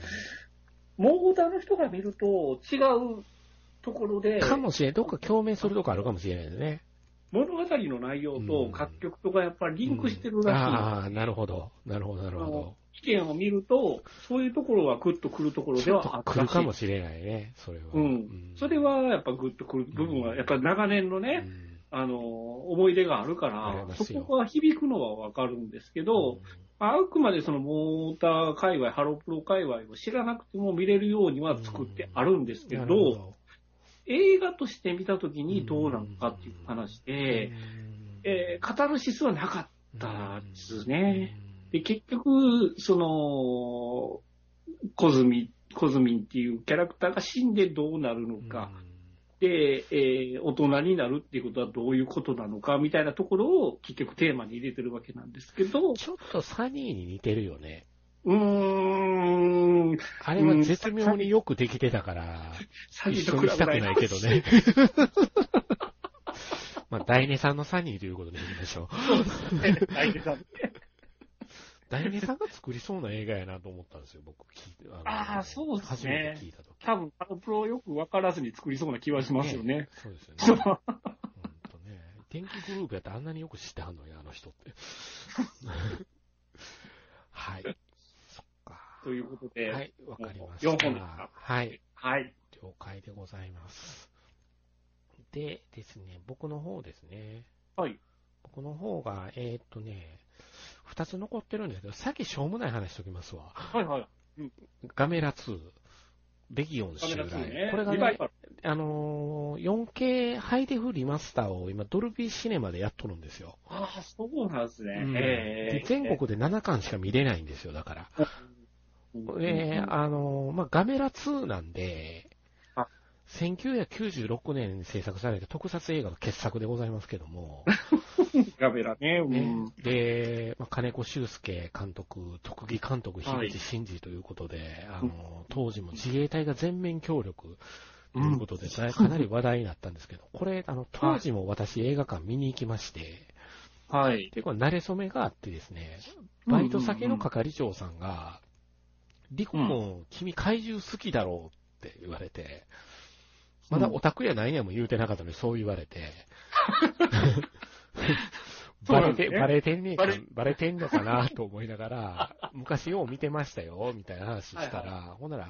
Speaker 3: モーダの人が見ると違うところで、
Speaker 2: かもしれん。どっか共鳴するとこあるかもしれないですね。
Speaker 3: 物語の内容
Speaker 2: う
Speaker 3: と
Speaker 2: ん
Speaker 3: 楽曲とかやっぱりリンクして
Speaker 2: う
Speaker 3: る
Speaker 2: ん
Speaker 3: ら
Speaker 2: ああ、なるほど。なるほど、なるほど。
Speaker 3: しい。意見を見ると、そういうところはグッとくるところで
Speaker 2: ちょっ
Speaker 3: はあ
Speaker 2: と
Speaker 3: った
Speaker 2: 来るかも
Speaker 3: し
Speaker 2: しれないね、それは。
Speaker 3: うんそれ、はやっぱグッとくる部分は、やっぱ長年の
Speaker 2: う
Speaker 3: ね、
Speaker 2: ん
Speaker 3: あの、思い出があるか
Speaker 2: ありま
Speaker 3: ら、
Speaker 2: すよ
Speaker 3: そこは響くのはわかるんですけど、あくまでそのモーター界隈、ハロプロ界隈を知らなくても見れるようには作ってあるんですけど、
Speaker 2: なるほど
Speaker 3: 映画として見たときにどうなのかっていう話で、えーカタルシスはなかったですね。
Speaker 2: う
Speaker 3: で、
Speaker 2: ん
Speaker 3: 結局、その、コズミ、コズミンっていうキャラクターが死んでどうなるのか、で、えー大人になるっていうことはどういうことなのかみたいなところを結局テーマに入れてるわけなんですけど、
Speaker 2: ちょっとサニーに似てるよね。
Speaker 3: うーん、
Speaker 2: あれは絶妙によくできてたから、
Speaker 3: 詐
Speaker 2: 一
Speaker 3: 欺と
Speaker 2: 緒
Speaker 3: 比
Speaker 2: にしたく
Speaker 3: べな
Speaker 2: ないいけどね。 まあ、大根さんのサニーということでいきましょう。
Speaker 3: 相手さん
Speaker 2: 大根さんが作りそうな映画やなと思ったんですよ、僕。聞いての
Speaker 3: あーそうですね
Speaker 2: 初めて聞いたとき。
Speaker 3: 多分、あのプロをよく分からずに作りそうな気はしますよね。
Speaker 2: そうですよ
Speaker 3: そ
Speaker 2: ね
Speaker 3: う。
Speaker 2: ほんとね。電気グループやったらあんなによく知ってはんのに、あの人 って。はい。そっか。
Speaker 3: ということで、
Speaker 2: はい、わかりまし
Speaker 3: 四
Speaker 2: た。
Speaker 3: 本ですか
Speaker 2: はい。
Speaker 3: はい。
Speaker 2: 了解でございます。でですね、僕の方ですね。
Speaker 3: はい。
Speaker 2: 僕の方が、えーっとね、二つ残ってるんですけど、さっきしょうもない話しときますわ。
Speaker 3: はいはい。
Speaker 2: ガメラ2、レギオン
Speaker 3: カメ
Speaker 2: 襲
Speaker 3: ラ
Speaker 2: 来。
Speaker 3: 2ね。
Speaker 2: これが
Speaker 3: リバイ
Speaker 2: ね、
Speaker 3: バル
Speaker 2: あのー 4K ハイデフリマスターを今、ドルビーシネマでやっとるんですよ。
Speaker 3: ああ、そうなんですね。
Speaker 2: うん
Speaker 3: え
Speaker 2: で
Speaker 3: え
Speaker 2: 全国で7巻しか見れないんですよ、だから。
Speaker 3: うん
Speaker 2: えーあのーまあ、ガメラ2なんで
Speaker 3: あ、
Speaker 2: 1996年に制作された特撮映画の傑作でございますけども、
Speaker 3: カメラね。 う
Speaker 2: ね
Speaker 3: ん。
Speaker 2: で、まあ、金子修介監督、特技監督、
Speaker 3: はい
Speaker 2: 樋口真嗣ということで、あのー当時も自衛隊が全面協力と
Speaker 3: うん
Speaker 2: いうことで、かかなり話題になったんですけど、これ、あの、当時も私映画館見に行きまして、
Speaker 3: はい。
Speaker 2: 結構慣れ初めがあってですね、バイト先の係長さんが、リコ君、君怪獣好きだろうって言われて、まだオタクやないやも言うてなかったのにそう言われて、
Speaker 3: そ
Speaker 2: バ
Speaker 3: うな
Speaker 2: レ
Speaker 3: んです
Speaker 2: て、
Speaker 3: ね
Speaker 2: バレてんねえか
Speaker 3: バレ、
Speaker 2: バレてんのかなと思いながら、 昔よう見てましたよ、みたいな話したら、
Speaker 3: はい
Speaker 2: ほんなら、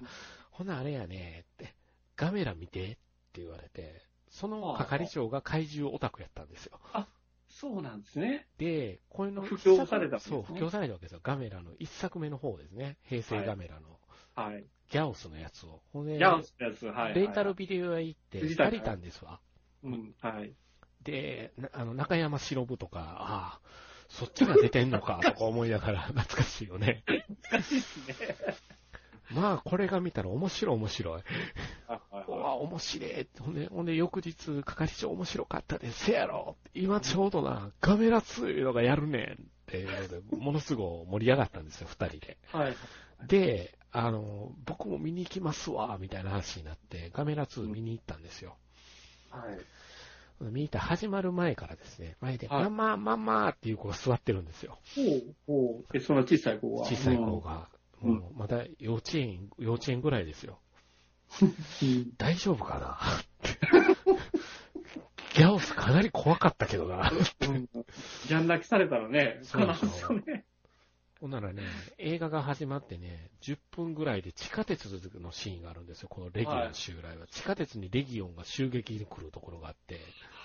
Speaker 2: ほなあれやねって、ガメラ見てって言われて、その係長が怪獣オタクやったんですよ。
Speaker 3: そうなんですね。
Speaker 2: で、これの
Speaker 3: 布
Speaker 2: 一作
Speaker 3: 教されたわけですね
Speaker 2: そう、布教されたわけですよ。ガメラの一作目の方ですね。平成ガメラの。
Speaker 3: はい。
Speaker 2: ギャオスのやつを。ほんで、
Speaker 3: ヤンスのやつ、はい。
Speaker 2: レンタルビデオ屋行って、
Speaker 3: 藤田
Speaker 2: 借りたんですわ。
Speaker 3: うん、はい。
Speaker 2: で、なあの、中山忍とか、ああ、そっちが出てんの か、とか思いながら、懐かしいよね。
Speaker 3: 難しいですね。
Speaker 2: まあ、これが見たら面白い面白い。
Speaker 3: はいはいうは
Speaker 2: わ、面白いって。ほんで、ほんで、翌日、係長面白かったです。せやろ今ちょうどな、ガメラ2いうのがやるねんっていうので、ものすごい盛り上がったんですよ、二人で。
Speaker 3: い。はい。
Speaker 2: で、あの、僕も見に行きますわ、みたいな話になって、ガメラ2見に行ったんですよ。
Speaker 3: はい。
Speaker 2: 見に行った始まる前からですね、前で、
Speaker 3: はい
Speaker 2: ママ、ママっていう子が座ってるんですよ。
Speaker 3: ほう、ほう。え、その小さい子は
Speaker 2: 小さい子。が。
Speaker 3: うん
Speaker 2: もう、まだ幼稚園、幼稚園ぐらいですよ。
Speaker 3: うん
Speaker 2: 大丈夫かな ギャオスかなり怖かったけどな。
Speaker 3: うん。ギャン泣きされたらね、
Speaker 2: そうで
Speaker 3: 悲
Speaker 2: しょ
Speaker 3: しそうね。
Speaker 2: ほんならね、映画が始まってね、10分ぐらいで地下鉄のシーンがあるんですよ、このレギオン襲来は。地下鉄にレギオンが襲撃に来るところがあって、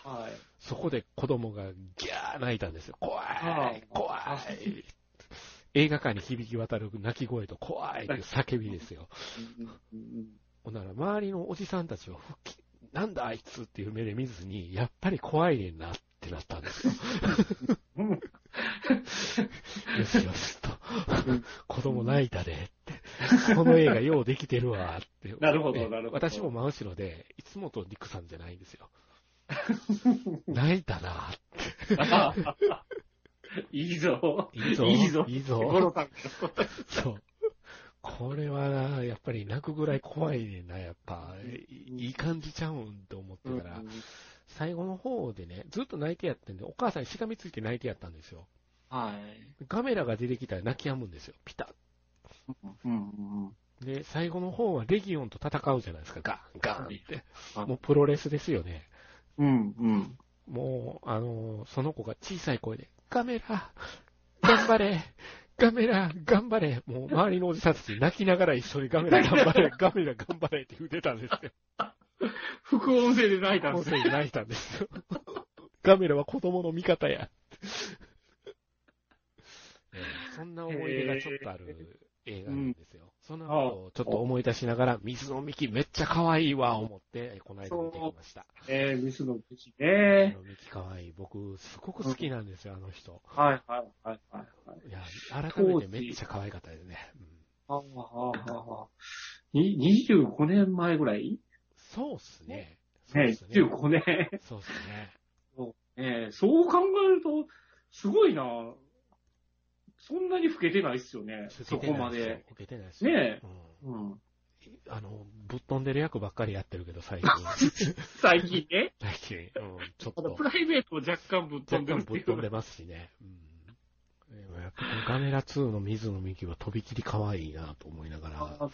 Speaker 3: はい。
Speaker 2: そこで子供がギャー泣いたんですよ。怖
Speaker 3: あ
Speaker 2: い
Speaker 3: あ
Speaker 2: 怖
Speaker 3: あ
Speaker 2: い映画館に響き渡る泣き声と怖いっていう叫びですよ。
Speaker 3: うんうんうん
Speaker 2: ほんなら周りのおじさんたちは復帰、なんだあいつっていう目で見ずに、やっぱり怖いねんなってなったんですよ。
Speaker 3: うん
Speaker 2: よしよしと
Speaker 3: うん。
Speaker 2: 子供泣いたでって。この映画ようできてるわって。
Speaker 3: なるほど
Speaker 2: ね
Speaker 3: なるほど
Speaker 2: 私も真後ろで、いつもとリクさんじゃないんですよ。泣いたな。
Speaker 3: いいぞ。
Speaker 2: いいぞ。
Speaker 3: いいぞ
Speaker 2: いいぞ。
Speaker 3: ゴロさん
Speaker 2: そう。これはな、やっぱり泣くぐらい怖いねんな、やっぱ。いい感じちゃうんと思ってたら、最後の方でね、ずっと泣いてやってんで、お母さんにしがみついて泣いてやったんですよ。
Speaker 3: はい。
Speaker 2: ガメラが出てきたら泣き止むんですよ、ピタ
Speaker 3: うんうん
Speaker 2: ッ。で、最後の方はレギオンと戦うじゃないですか、ガン、ガンって。
Speaker 3: はい
Speaker 2: もうプロレスですよね。
Speaker 3: うん。うんうん。
Speaker 2: もう、あのーその子が小さい声で、ガメラ、頑張れ、ガメラ、頑張れ、もう周りのおじさんたち泣きながら一緒にガメラ、頑張れ、ガメラ、頑張れって言ってたんですよ。
Speaker 3: 副音声で泣いたん
Speaker 2: 音
Speaker 3: ですね
Speaker 2: 声で泣いたんです よ。ガメラは子供の味方や。えーそんな思い出がちょっとある映画なんですよ。その後をちょっと思い出しながら、水のミキめっちゃ可愛いわ、思って、えーこの間見てきました。
Speaker 3: えー、ミスの口
Speaker 2: 水
Speaker 3: ね。
Speaker 2: のミキ可愛い。僕、すごく好きなんですよ、あの人。
Speaker 3: はいはいはいはい。
Speaker 2: いや、改めてめっちゃ可愛かったですね。うん
Speaker 3: ああ、ああ、ああ。に25年前ぐらい
Speaker 2: そうっすね。そうっ
Speaker 3: ね
Speaker 2: す、ね。
Speaker 3: 25年。
Speaker 2: そうっすね。
Speaker 3: ええそう考えると、すごいな。そんなに老けてないっすよね。そこまで。。
Speaker 2: 受けてないっすよ
Speaker 3: ねえ。
Speaker 2: うん
Speaker 3: うん。
Speaker 2: あの、ぶっ飛んでる役ばっかりやってるけど、最 近。
Speaker 3: 最近ね。
Speaker 2: 最近。うん、ちょっ
Speaker 3: あの
Speaker 2: と
Speaker 3: プ。ライベートを若干ぶっ飛
Speaker 2: 若
Speaker 3: んで
Speaker 2: 干
Speaker 3: るって
Speaker 2: ぶ
Speaker 3: い
Speaker 2: っ
Speaker 3: う。
Speaker 2: 飛んでますしね。うん。でもやっぱこのガメラ2の水野美紀はとびきり可愛いなと思いながら、
Speaker 3: あ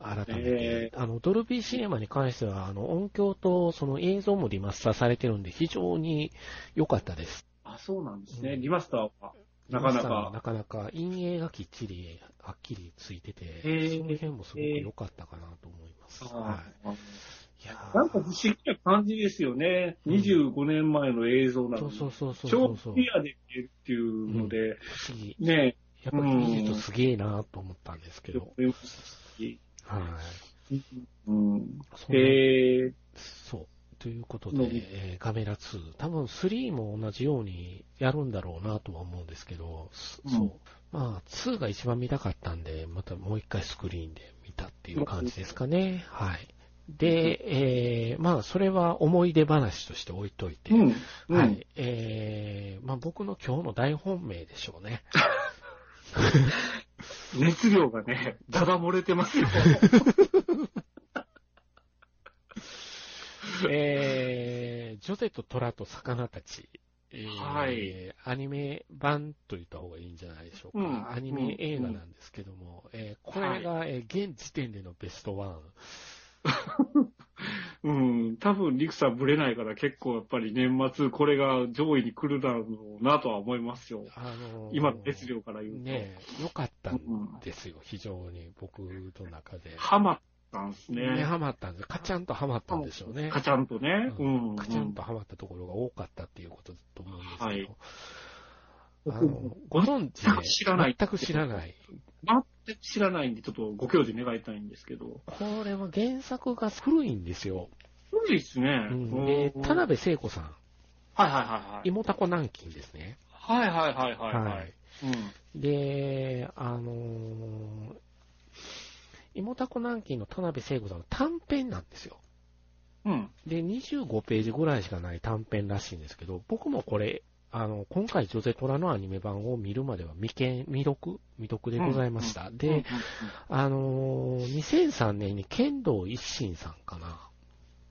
Speaker 3: あ、なる
Speaker 2: 改め
Speaker 3: え
Speaker 2: て、あの、ドルビーシネマに関しては、あの、音響とその映像もリマスターされてるんで、非常に良かったです。
Speaker 3: あ、そうなんですね。
Speaker 2: うん
Speaker 3: リマスターは。なかなか
Speaker 2: なかなか、陰影がきっちり、はっきりついてて、
Speaker 3: ー
Speaker 2: その辺もすごく良かったかなと思います。は
Speaker 3: ああ
Speaker 2: い、いやー
Speaker 3: なんか不思議な感じですよね。25年前の映像な
Speaker 2: そ
Speaker 3: の
Speaker 2: う
Speaker 3: に。
Speaker 2: そうそうそう
Speaker 3: 超
Speaker 2: そう
Speaker 3: ク
Speaker 2: そう。
Speaker 3: リアで見えるっていうので、
Speaker 2: 不思議。
Speaker 3: ね
Speaker 2: やっぱり技術すげえなと思ったんですけ
Speaker 3: え、
Speaker 2: ど。
Speaker 3: 思いますし
Speaker 2: はい。
Speaker 3: うん。
Speaker 2: そんな
Speaker 3: えー、
Speaker 2: そう。ということ
Speaker 3: の
Speaker 2: で、
Speaker 3: み
Speaker 2: えーガメラ2。多分3も同じようにやるんだろうなとは思うんですけど、す
Speaker 3: うん
Speaker 2: そう。まあ、2が一番見たかったんで、またもう一回スクリーンで見たっていう感じですかね。はい。で、えーまあ、それは思い出話として置いといて、
Speaker 3: うん。うん
Speaker 2: は。い。えーまあ、僕の今日の大本命でしょうね。
Speaker 3: 熱量が ね、だだ漏れてますよ。
Speaker 2: えー、ジョゼと虎と魚たち。えー
Speaker 3: はい
Speaker 2: アニメ版と言った方がいいんじゃないでしょうか。
Speaker 3: うん
Speaker 2: アニメ映画なんですけども、えーこれが、えー現時点でのベストワン。
Speaker 3: うん、多分、リクさんぶれないから結構やっぱり年末これが上位に来るだろうなとは思いますよ。
Speaker 2: あのー
Speaker 3: 今の熱量から言うと。
Speaker 2: ねえ、良かった
Speaker 3: うんん、
Speaker 2: ですよ、非常に僕の中で。
Speaker 3: ハマったんです
Speaker 2: ね、
Speaker 3: ね。
Speaker 2: ハマったんですカチャンとハマったんでしょうね。
Speaker 3: カチャンとね。
Speaker 2: う
Speaker 3: うん。
Speaker 2: カチャンとハマったところが多かったっていうことだと思うんですけど、
Speaker 3: はい
Speaker 2: あのご存知
Speaker 3: 全
Speaker 2: で
Speaker 3: く知らない
Speaker 2: 全く知らない。
Speaker 3: 全く知らないんで、ちょっとご教授願いたいんですけど。
Speaker 2: これは原作が古いんですよ。
Speaker 3: そうですね。
Speaker 2: うん、で、
Speaker 3: うん
Speaker 2: 田辺聖子さん、
Speaker 3: はいはいはいはい。
Speaker 2: 妹子南京ですね。
Speaker 3: はいはいはいはいはい。うん
Speaker 2: で、あのー、妹子南京の田辺聖子さんは短編なんですよ。
Speaker 3: うん。
Speaker 2: で、25ページぐらいしかない短編らしいんですけど、僕もこれ、あの、今回、ジョゼトラのアニメ版を見るまでは未見、未読未読でございました。で、
Speaker 3: うん、
Speaker 2: あのー2003年に剣道一心さんかな。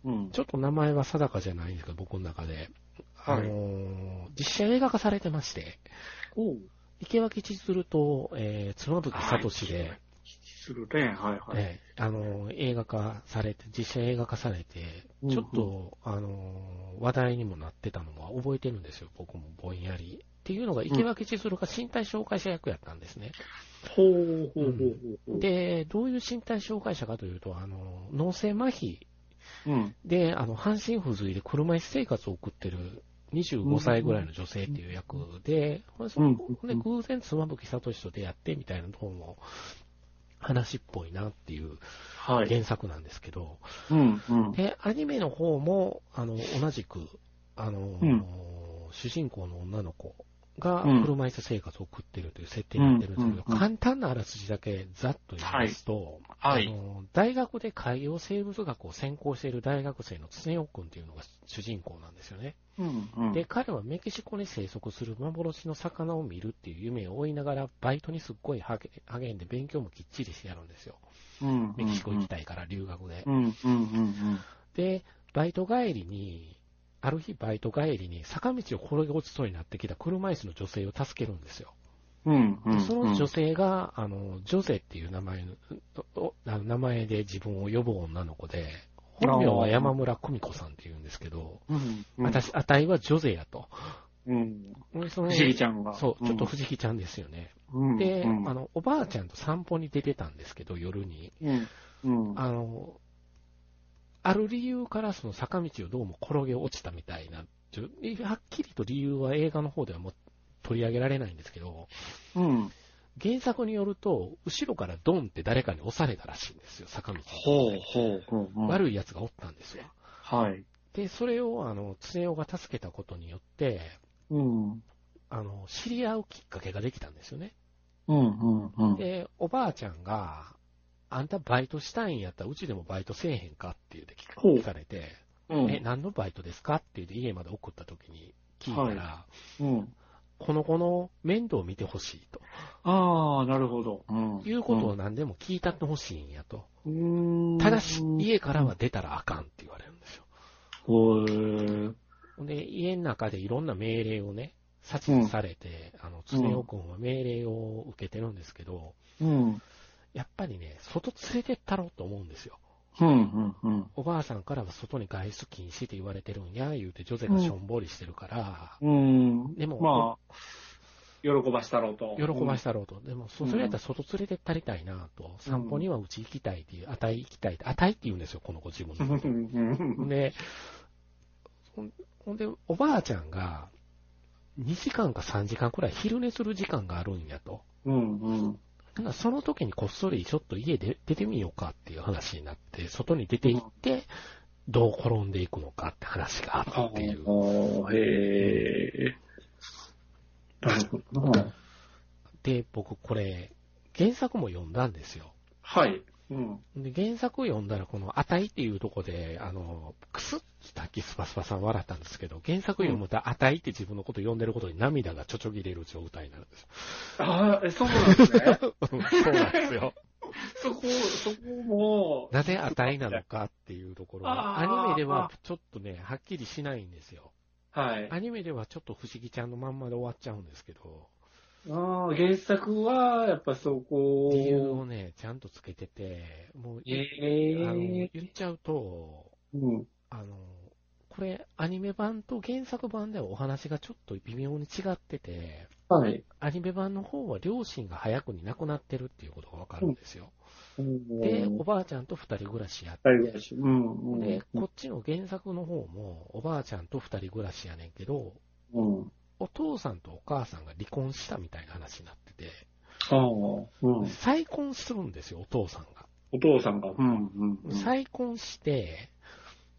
Speaker 3: うんうん。
Speaker 2: ちょっと名前は定かじゃないんですけど、僕の中で。あ
Speaker 3: はい
Speaker 2: のー実写映画化されてまして、池脇千鶴と、えー、角吹聡で、
Speaker 3: はいするね。はいはい。
Speaker 2: えーあのー映画化されて、実写映画化されて、
Speaker 3: うん
Speaker 2: ちょっと、あのー話題にもなってたのは覚えてるんですよ、僕もぼんやり。っていうのが、池脇千鶴が身体障害者役やったんですね。
Speaker 3: ほうほうほうほうほう。、
Speaker 2: で、どういう身体障害者かというと、あのー脳性麻痺
Speaker 3: うん。
Speaker 2: で、あの、半身不随で車椅子生活を送ってる25歳ぐらいの女性っていう役で、ほんでそ
Speaker 3: うん
Speaker 2: ほんで偶然妻夫木聡と出会ってみたいなところも話っぽいなっていう
Speaker 3: はい。
Speaker 2: 原作なんですけど、
Speaker 3: うん、うん。
Speaker 2: で、アニメの方も、あの、同じく、あの、
Speaker 3: うん
Speaker 2: 主人公の女の子、が
Speaker 3: うん
Speaker 2: 車椅子生活を送ってるという設定になってるんですけど、
Speaker 3: うんうんうん
Speaker 2: 簡単なあらすじだけざっと言いますと、
Speaker 3: はい
Speaker 2: あ
Speaker 3: はい
Speaker 2: の大学で海洋生物学を専攻している大学生の常雄君というのが主人公なんですよね。
Speaker 3: うんうん
Speaker 2: で、彼はメキシコに生息する幻の魚を見るっていう夢を追いながら、バイトにすっごい励励んで勉強もきっちりしてやるんですよ。
Speaker 3: うん
Speaker 2: メキシコ行きたいから留学で
Speaker 3: う。んうんうん
Speaker 2: で、バイト帰りに、ある日バイト帰りに坂道を転げ落ちそうになってきた車椅子の女性を助けるんですよ。
Speaker 3: うん。うんうん
Speaker 2: で
Speaker 3: うん。
Speaker 2: その女性が、あの、ジョゼっていう名前のおあの名前で自分を呼ぶ女の子で、本名は山村久美子さんっていうんですけど、
Speaker 3: うん、うん。
Speaker 2: 私、あたいはジョゼやと。
Speaker 3: うん。
Speaker 2: でその
Speaker 3: 不思議ちゃんが。
Speaker 2: そう、ちょっと藤木ちゃんですよね。
Speaker 3: うん
Speaker 2: で、
Speaker 3: うん
Speaker 2: あの、おばあちゃんと散歩に出てたんですけど、夜に。
Speaker 3: うん。うん。
Speaker 2: あの、ある理由からその坂道をどうも転げ落ちたみたいな、ちょはっきりと理由は映画の方ではもう取り上げられないんですけど、
Speaker 3: うん。
Speaker 2: 原作によると、後ろからドンって誰かに押されたらしいんですよ、坂道に。
Speaker 3: ほうほうほうほう。
Speaker 2: 悪い奴がおったんですよ。
Speaker 3: はい。
Speaker 2: で、それを、あの、常雄が助けたことによって、
Speaker 3: うん。うん
Speaker 2: あの、知り合うきっかけができたんですよね。
Speaker 3: うんうん。
Speaker 2: で、おばあちゃんが、あんたバイトしたいんやったらうちでもバイトせえへんかって言うて聞か
Speaker 3: ほう
Speaker 2: 聞かれて、
Speaker 3: うん
Speaker 2: え、何のバイトですかって言うて家まで送った時に聞いたら、
Speaker 3: うん。
Speaker 2: この子の面倒を見てほしいと。
Speaker 3: ああ、なるほど。うん。
Speaker 2: いうことを何でも聞いたってほしいんやと。
Speaker 3: うん。
Speaker 2: ただし、家からは出たらあかんって言われるんですよ。
Speaker 3: ほう。
Speaker 2: ほんで、家の中でいろんな命令をね、殺意されて、あの、常雄君は命令を受けてるんですけど、
Speaker 3: うん。
Speaker 2: やっぱりね、外連れてったろうと思うんですよ。
Speaker 3: うんうんうん。
Speaker 2: おばあさんからは外に外出禁止って言われてるんや、言うて、ジョゼがしょんぼりしてるから、
Speaker 3: うん。
Speaker 2: でも
Speaker 3: まあ、喜ばしたろうと。
Speaker 2: 喜ばしたろうと。でも、そ
Speaker 3: うん
Speaker 2: それやったら外連れてったりたいなと。散歩にはうち行きたいっていう、あたい行きたいって、あたいって言うんですよ、この子自分
Speaker 3: う
Speaker 2: のこと。
Speaker 3: ん。
Speaker 2: で、ほんほんで、おばあちゃんが、2時間か3時間くらい昼寝する時間があるんやと。
Speaker 3: うんうん。
Speaker 2: だからその時にこっそりちょっと家で出てみようかっていう話になって、外に出て行って、どう転んでいくのかって話があっていう。
Speaker 3: ああ、へえ。なるほど。
Speaker 2: で、僕これ、原作も読んだんですよ。
Speaker 3: はい。うん。
Speaker 2: で、原作を読んだら、この、あたいっていうとこで、あの、くすっさっきスパスパさん笑ったんですけど、原作読むと、あたいって自分のこと読んでることに涙がちょちょぎれる状態なんです。
Speaker 3: ああ、そうなんですね。
Speaker 2: そうなんですよ。
Speaker 3: そこ、そこも、
Speaker 2: なぜあたいなのかっていうところは、
Speaker 3: あ
Speaker 2: ア
Speaker 3: ー
Speaker 2: ニメではちょっとね、はっきりしないんですよ。
Speaker 3: はい。
Speaker 2: アニメではちょっと不思議ちゃんのまんまで終わっちゃうんですけど、
Speaker 3: ああ、原作は、やっぱそこ
Speaker 2: 理由をね、ちゃんとつけてて、もう、
Speaker 3: え
Speaker 2: あの言
Speaker 3: え
Speaker 2: っちゃうと、
Speaker 3: うん。
Speaker 2: あの、これ、アニメ版と原作版ではお話がちょっと微妙に違ってて、
Speaker 3: はい。
Speaker 2: アニメ版の方は両親が早くに亡くなってるっていうことがわかるんですよ。で、おばあちゃんと二人暮らしやって
Speaker 3: 大会し。うん。
Speaker 2: で、こっちの原作の方も、おばあちゃんと二人暮らしやねんけど、
Speaker 3: うん。
Speaker 2: お父さんとお母さんが離婚したみたいな話になってて、
Speaker 3: ああ、うん。
Speaker 2: 再婚するんですよ、お父さんが。
Speaker 3: お父さんが。うん。うん。
Speaker 2: 再婚して、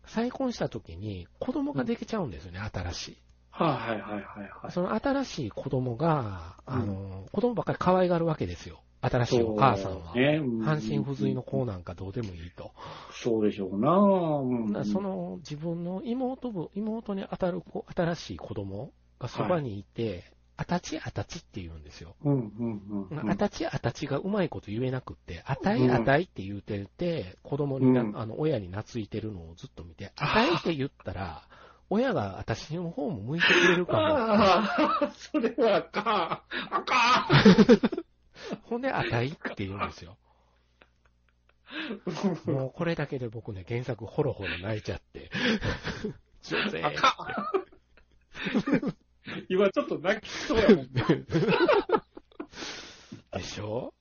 Speaker 2: 再婚した時に子供ができちゃうんですよね、新しい。
Speaker 3: はいはいはいはいはい。
Speaker 2: その新しい子供が、
Speaker 3: うん
Speaker 2: あの、子供ばっかり可愛がるわけですよ。新しいお母さんは。
Speaker 3: ね。
Speaker 2: 半身不随の子
Speaker 3: ーナー。
Speaker 2: なんかどうでもいいと。
Speaker 3: そうでしょうなうん。
Speaker 2: その自分の妹分、妹に当たる子、新しい子供がそばにいて、あたちあたちって言うんですよ。
Speaker 3: うんうんうん。
Speaker 2: あたちあたちがうまいこと言えなくって、あた
Speaker 3: う
Speaker 2: い
Speaker 3: ん
Speaker 2: あたいって言うてて、子供にな、
Speaker 3: うん
Speaker 2: あの、親に懐いてるのをずっと見 て、あたいって言ったら、親が私の方も向いてくれるかも。
Speaker 3: ああ、それはあかん。あか
Speaker 2: ほんで、あたいって言うんです よ。
Speaker 3: ん。
Speaker 2: もうこれだけで僕ね、原作ほろほろ泣いちゃって。女性
Speaker 3: あかん。今ちょっと泣きそうやもん。
Speaker 2: でしょ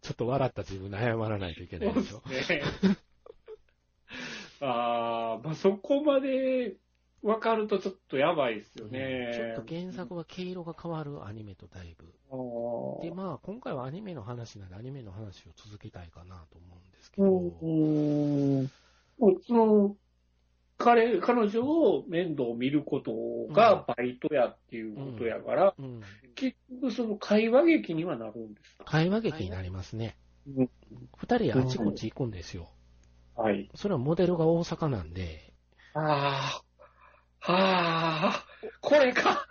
Speaker 2: ちょっと笑った自分に謝らないといけないでしょ。
Speaker 3: ね。 ああ、まあそこまで分かるとちょっとやばいですよね。
Speaker 2: ちょっと原作は毛色が変わるアニメとだいぶ。で、
Speaker 3: あ
Speaker 2: まあ、今回はアニメの話なんで、アニメの話を続けたいかなと思うんですけ
Speaker 3: ー
Speaker 2: ど、
Speaker 3: うん。もうその、彼、彼女を面倒を見ることがバイトやっていうことやから、
Speaker 2: うん。
Speaker 3: 結局その会話劇にはなるんですか
Speaker 2: 会話劇になりますね
Speaker 3: うん。
Speaker 2: 二人あちこち行くんですよ。
Speaker 3: はい。
Speaker 2: それはモデルが大阪なん で、
Speaker 3: ああ、ああ、これか。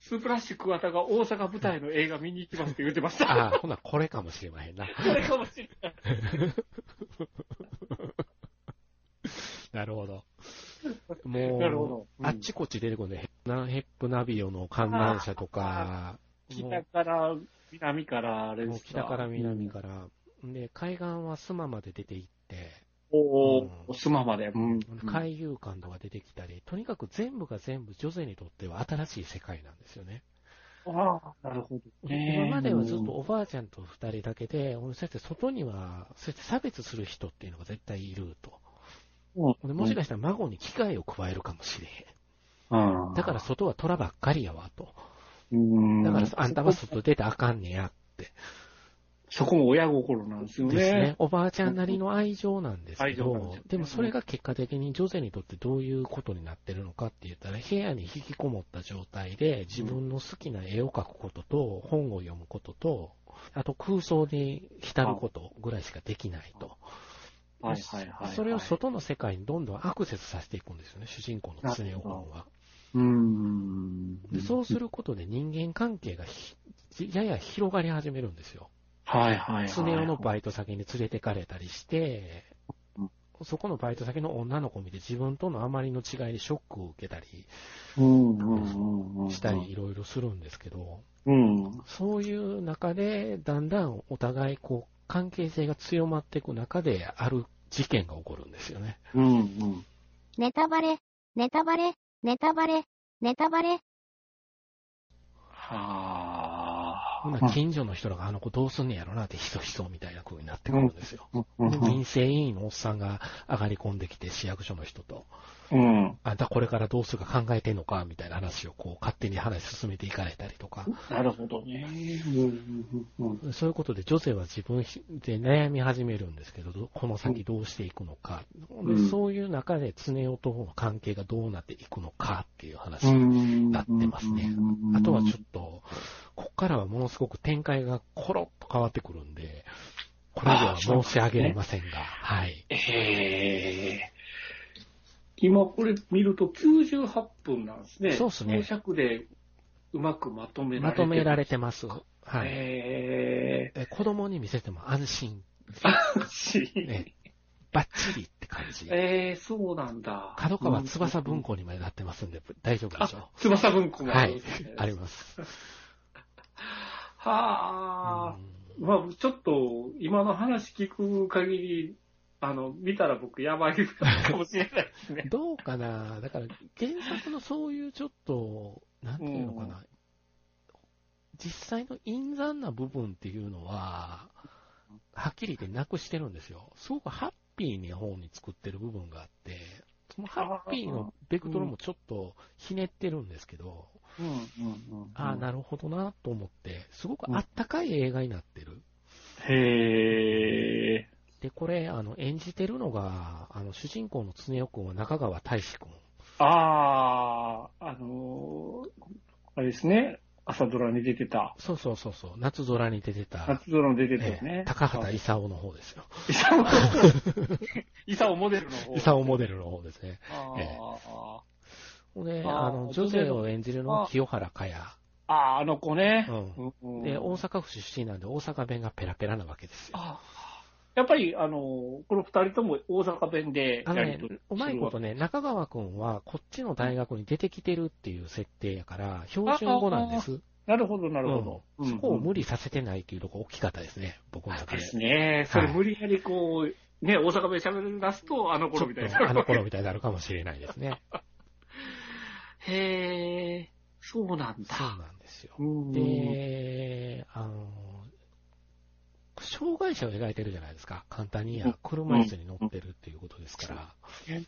Speaker 3: スプラッシュ桑田が大阪舞台の映画見に行きますって言ってました。
Speaker 2: ああ、ほな、これかもしれまへんな。
Speaker 3: それかもしれない。
Speaker 2: なるほど。もう、
Speaker 3: なるほどうん
Speaker 2: あっちこっち出てくるね。ナヘップナビオの観覧車とか、も
Speaker 3: 北から、南から、あれ
Speaker 2: う
Speaker 3: で
Speaker 2: もう
Speaker 3: すか
Speaker 2: 北から南から。で、海岸は須磨まで出て行って、
Speaker 3: お
Speaker 2: う
Speaker 3: ー
Speaker 2: ん
Speaker 3: おすままで。うん。
Speaker 2: 海遊館とか出てきたり、とにかく全部が全部、ジョゼにとっては新しい世界なんですよね。
Speaker 3: ああ、なるほどね。
Speaker 2: 今まではずっとおばあちゃんと二人だけで、そうやって外には、そうやって差別する人っていうのが絶対いると。
Speaker 3: うん、
Speaker 2: でもしかしたら孫に危害を加えるかもしれへ
Speaker 3: うん
Speaker 2: ん。だから、外は虎ばっかりやわと。
Speaker 3: うん
Speaker 2: だからあんたは外出てあかんねやって。
Speaker 3: そこも親心なんですよ
Speaker 2: ですね
Speaker 3: ね。。
Speaker 2: おばあちゃんなりの愛情なんですけ
Speaker 3: 愛情なんです
Speaker 2: ど
Speaker 3: よね、
Speaker 2: でもそれが結果的に女性にとってどういうことになってるのかって言ったら、部屋に引きこもった状態で自分の好きな絵を描くことと、本を読むことと、あと空想に浸ることぐらいしかできないと。
Speaker 3: はいはいはいはい。
Speaker 2: それを外の世界にどんどんアクセスさせていくんですよね、主人公の常雄君は。
Speaker 3: うん。
Speaker 2: でそうすることで人間関係がひやや広がり始めるんですよ。
Speaker 3: はいはいはい。
Speaker 2: スネ夫のバイト先に連れてかれたりして
Speaker 3: うん、
Speaker 2: そこのバイト先の女の子を見て自分とのあまりの違いにショックを受けたり
Speaker 3: うんうんうんうん。
Speaker 2: したりい。ろいろするんですけど、
Speaker 3: うん。
Speaker 2: そういう中でだんだんお互いこう関係性が強まっていく中である事件が起こるんですよね。
Speaker 3: うんうん。
Speaker 1: ネタバレ、ネタバレ、ネタバレ、ネタバレ。
Speaker 3: は
Speaker 2: ほな
Speaker 3: あ。
Speaker 2: 近所の人らがあの子どうすんねやろなってひそひそみたいな風になってくるんですよ。
Speaker 3: うん
Speaker 2: で民生委員のおっさんが上がり込んできて市役所の人と。
Speaker 3: うん。
Speaker 2: あんたこれからどうするか考えてんのかみたいな話をこう勝手に話進めていかれたりとか、
Speaker 3: なるほどね。うんうんうん
Speaker 2: そういうことで女性は自分で悩み始めるんですけど、どこの先どうしていくのか、
Speaker 3: うん
Speaker 2: でそういう中で常夫との関係がどうなっていくのかっていう話、
Speaker 3: うん。
Speaker 2: なってますねあとはちょっと、こっからはものすごく展開がコロッと変わってくるんで、これ以上は申し上げれませんが、はい。
Speaker 3: ええ今これ見ると98分なんですね。
Speaker 2: そうっすね
Speaker 3: この尺でうまくまとめら
Speaker 2: ま
Speaker 3: れて
Speaker 2: と
Speaker 3: る
Speaker 2: められてます。はい。
Speaker 3: え
Speaker 2: え子供に見せても安心、
Speaker 3: ーし
Speaker 2: ね、バッチリって感じ。
Speaker 3: えー、そうなんだ。
Speaker 2: 角川翼文庫にまでなってますんで、大丈夫でしょ
Speaker 3: 翼文庫
Speaker 2: う。
Speaker 3: も
Speaker 2: は
Speaker 3: あるん
Speaker 2: い
Speaker 3: ですね。。
Speaker 2: あります。
Speaker 3: はあ、まあ、ちょっと、今の話聞く限り、あの、見たら僕、やばいかもしれないです
Speaker 2: うん
Speaker 3: ね。
Speaker 2: どうかなだから、原作のそういうちょっと、なんていうのかな。実際の陰惨な部分っていうのは、はっきり言ってなくしてるんですよ。すごくハッピーに方に作ってる部分があって、そのハッピーのベクトルもちょっとひねってるんですけど、
Speaker 3: うん、うん、うん。
Speaker 2: ああ、なるほどなと思って、すごくあったかい映画になってる。
Speaker 3: へえ。
Speaker 2: で、これ、あの、演じてるのが、あの、主人公の常代君は中川大志君。
Speaker 3: ああ、あのーあれですね、朝ドラに出てた、
Speaker 2: そうそうそうそう、夏空に出てた、
Speaker 3: 夏ドラに出てた
Speaker 2: え
Speaker 3: よね
Speaker 2: え。高畑勲の方ですよ。
Speaker 3: イサオ。イサオモ デルの方。
Speaker 2: 勲モデルの方ですね。
Speaker 3: あー、
Speaker 2: ええほんで、
Speaker 3: あー
Speaker 2: あの、女性を演じるのは清原かや。
Speaker 3: あー、あの子ね。
Speaker 2: う。
Speaker 3: うんん
Speaker 2: で、大阪府出身なんで、大阪弁がペラペラなわけですよ。
Speaker 3: あやっぱり、あのーこの二人とも大阪弁で
Speaker 2: あの
Speaker 3: や
Speaker 2: ね
Speaker 3: りとり、
Speaker 2: うまいことね、中川君はこっちの大学に出てきてるっていう設定やから、標準語なんです。
Speaker 3: なるほど、なるほ
Speaker 2: う
Speaker 3: ど。
Speaker 2: んそこを無
Speaker 3: 理
Speaker 2: 理させてないっていうところ大きかったですね、僕の中
Speaker 3: で
Speaker 2: で。
Speaker 3: すね。それ無理やりこう、ね、大阪弁喋り出すと、あの
Speaker 2: ち
Speaker 3: 頃
Speaker 2: ょっ
Speaker 3: みたい
Speaker 2: と
Speaker 3: な。
Speaker 2: あの頃みたいになるかもしれないですね。
Speaker 3: へえ、そうなん
Speaker 2: そう
Speaker 3: だ。
Speaker 2: なんですよ。
Speaker 3: うん
Speaker 2: で、あの、障害者を描いてるじゃないですか。簡単に言えば車椅子に乗ってるっていうことですから。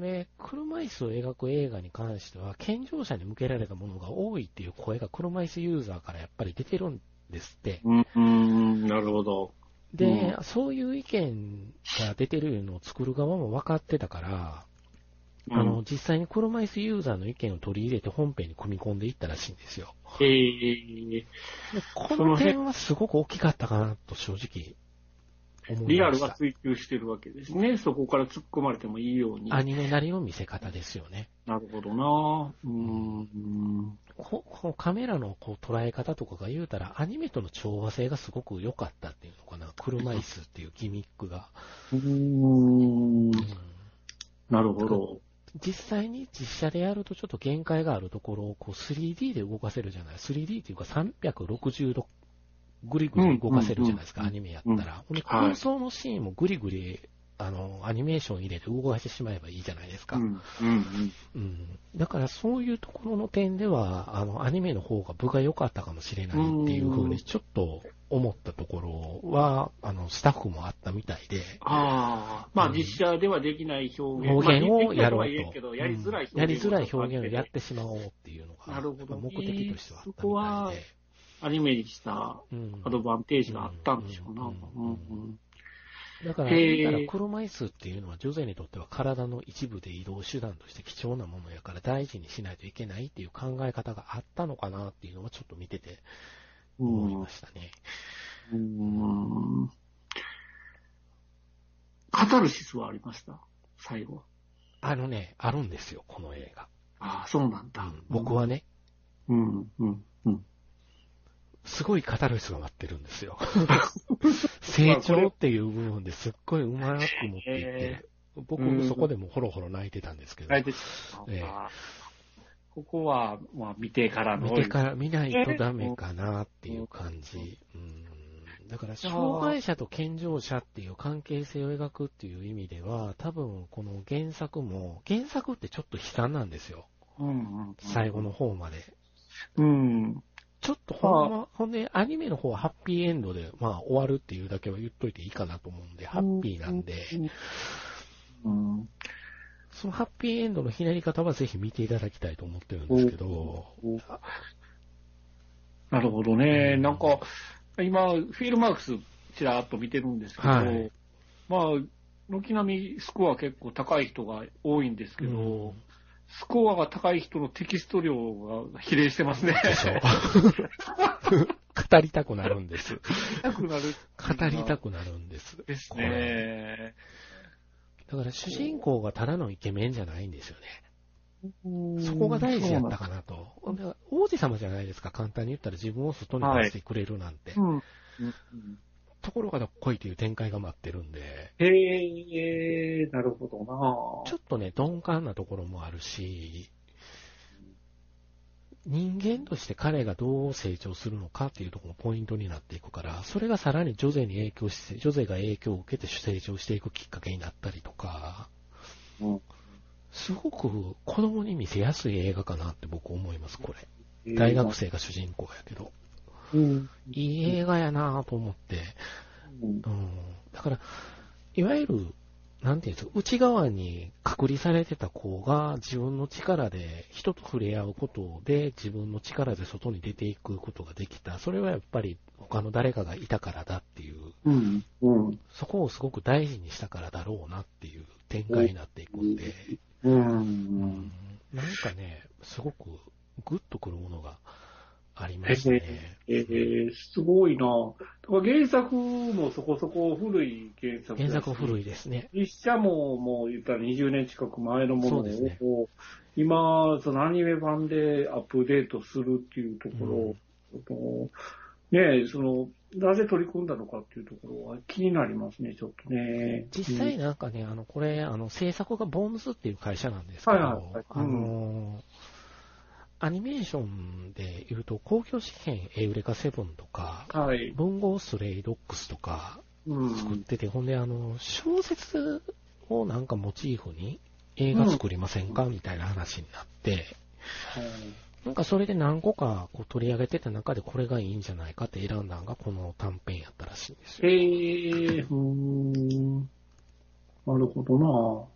Speaker 2: で、車椅子を描く映画に関しては、健常者に向けられたものが多いっていう声が車椅子ユーザーからやっぱり出てるんですって。
Speaker 3: うん、なるほど。
Speaker 2: で、そういう意見が出てるのを作る側も分かってたから、あの、実際に車椅子ユーザーの意見を取り入れて本編に組み込んでいったらしいんですよ。
Speaker 3: ええ
Speaker 2: でこ
Speaker 3: その
Speaker 2: の
Speaker 3: 辺
Speaker 2: 点はすごく大きかったかなと正直思いました。
Speaker 3: リアルが追求してるわけですね。そこから突っ込まれてもいいように。
Speaker 2: アニメなりの見せ方ですよね。
Speaker 3: なるほどなうーん。
Speaker 2: ここのカメラのこう捉え方とかが言うたら、アニメとの調和性がすごく良かったっていうのかな。車椅子っていうギミックが。
Speaker 3: うー
Speaker 2: うん
Speaker 3: んなるほど。
Speaker 2: 実際に実写でやるとちょっと限界があるところをこう 3D で動かせるじゃない ?3D っていうか360度ぐりぐり動かせるじゃないですか、
Speaker 3: うんう
Speaker 2: ア
Speaker 3: ん
Speaker 2: ニメやったら。ほんで
Speaker 3: はい
Speaker 2: 空想のシーンもぐりぐり、あの、アニメーション入れて動かしてしまえばいいじゃないですか。
Speaker 3: う
Speaker 2: うん。
Speaker 3: ん。うん。
Speaker 2: だからそういうところの点では、あの、アニメの方が部が良かったかもしれないっていうふうにちょっと思ったところは、あの、スタッフもあったみたいで。
Speaker 3: ああ、まあ
Speaker 2: うん
Speaker 3: 実写ではできない表現。
Speaker 2: 表現
Speaker 3: まあ
Speaker 2: を
Speaker 3: できな
Speaker 2: や
Speaker 3: い
Speaker 2: ろ
Speaker 3: は
Speaker 2: う
Speaker 3: 言えんけ
Speaker 2: と。
Speaker 3: ど、やりづらい表現
Speaker 2: うんやりづらい表現をや
Speaker 3: や
Speaker 2: ってしまおうっていうのが、
Speaker 3: なるほどね
Speaker 2: 目的としてはあったみたいで。
Speaker 3: そこはアニメにした
Speaker 2: うん
Speaker 3: アドバンテージがあったんでしょうな。
Speaker 2: うん
Speaker 3: うんうん
Speaker 2: だから、
Speaker 3: へー
Speaker 2: 言うたら車椅子っていうのは、女性にとっては体の一部で移動手段として貴重なものやから大事にしないといけないっていう考え方があったのかなっていうのはちょっと見てて思いましたね。
Speaker 3: うーんカタルシスはありました最後は。
Speaker 2: あのね、あるんですよ、この映画。
Speaker 3: ああ、そうなんだ。
Speaker 2: 僕。はね、
Speaker 3: うん、うん、うん。
Speaker 2: すごいカタルシスが待ってるんです よ。成長っていう部分ですっごいうまく持っていって、
Speaker 3: う
Speaker 2: 僕
Speaker 3: ん
Speaker 2: そこでもホロホロ泣いてたんですけど、
Speaker 3: 大体
Speaker 2: ええ
Speaker 3: ここは、まあ、見てからの。
Speaker 2: 見てから見ないとダメかなっていう感じ。うんだから、障害者と健常者っていう関係性を描くっていう意味では、多分この原作も、原作ってちょっと悲惨なんですよ。
Speaker 3: うんうんうん、
Speaker 2: 最後の方まで。
Speaker 3: うん。
Speaker 2: ちょっとほんま、ほんで、アニメの方はハッピーエンドで、まあ終わるっていうだけは言っといていいかなと思うんで、ハッピーなんで、
Speaker 3: うん。
Speaker 2: そのハッピーエンドのひねり方はぜひ見ていただきたいと思ってるんですけど、
Speaker 3: なるほどね。
Speaker 2: うん
Speaker 3: なんか、今、フィールマークス、ちらっと見てるんですけど、
Speaker 2: はい
Speaker 3: まあ、軒並みスコア結構高い人が多いんですけど、
Speaker 2: うん
Speaker 3: スコアが高い人のテキスト量が比例してますね。
Speaker 2: でしょ語りたくなるんです。
Speaker 3: 高くなる。
Speaker 2: 語りたくなるんです。
Speaker 3: です
Speaker 2: これ
Speaker 3: ね。
Speaker 2: だから主人公がただのイケメンじゃないんですよね。そこが大事やったかなと。だから王子様じゃないですか、簡単に言ったら自分を外に出してくれるなんて。
Speaker 3: うん。うん
Speaker 2: ところがどっこいという展開が待ってるんで、
Speaker 3: へえ、なるほどな
Speaker 2: ちょっとね、鈍感なところもあるし、人間として彼がどう成長するのかっていうところもポイントになっていくから、それがさらにジョゼに影響して、ジョゼが影響を受けて成長していくきっかけになったりとか、
Speaker 3: うん
Speaker 2: すごく子供に見せやすい映画かなって僕思います、これ。大学。生が主人公やけど。
Speaker 3: うん。
Speaker 2: いい映画やなぁと思って。うん。だから、いわゆる、なんていうんですか、内側に隔離されてた子が自分の力で、人と触れ合うことで自分の力で外に出ていくことができた。それはやっぱり他の誰かがいたからだっていう、
Speaker 3: うん。うん。
Speaker 2: そこをすごく大事にしたからだろうなっていう展開になっていくんで。
Speaker 3: う
Speaker 2: うんん。なんかね、すごくグッとくるものがありましたね。
Speaker 3: えー、すごいなだから原作もそこそこ古い原作
Speaker 2: 原作古
Speaker 3: い。
Speaker 2: いですね。
Speaker 3: 実写ももう言ったら20年近く前のもの
Speaker 2: そうですね
Speaker 3: を、今、そのアニメ版でアップデートするっていうところを、ねえその、なぜ取り組んだのかっていうところは気になりますね、ちょっとね。
Speaker 2: 実際なんかね、あの、これ、あの、制作がボンズっていう会社なんですけど、
Speaker 3: はいはいはい
Speaker 2: あのー、アニメーションで言うと、公共試験エウレカセブンとか、
Speaker 3: うんはい。
Speaker 2: 文豪スレイドックスとか
Speaker 3: う
Speaker 2: 作っ
Speaker 3: ん。
Speaker 2: てて、ほんで、あの、小説をなんかモチーフに映画作りませんかみたいな話になって、なんかそれで何個かこう取り上げてた中でこれがいいんじゃないかって選んだのがこの短編やったらしいんです
Speaker 3: え
Speaker 2: よ。
Speaker 3: ー、うーん。なるほどな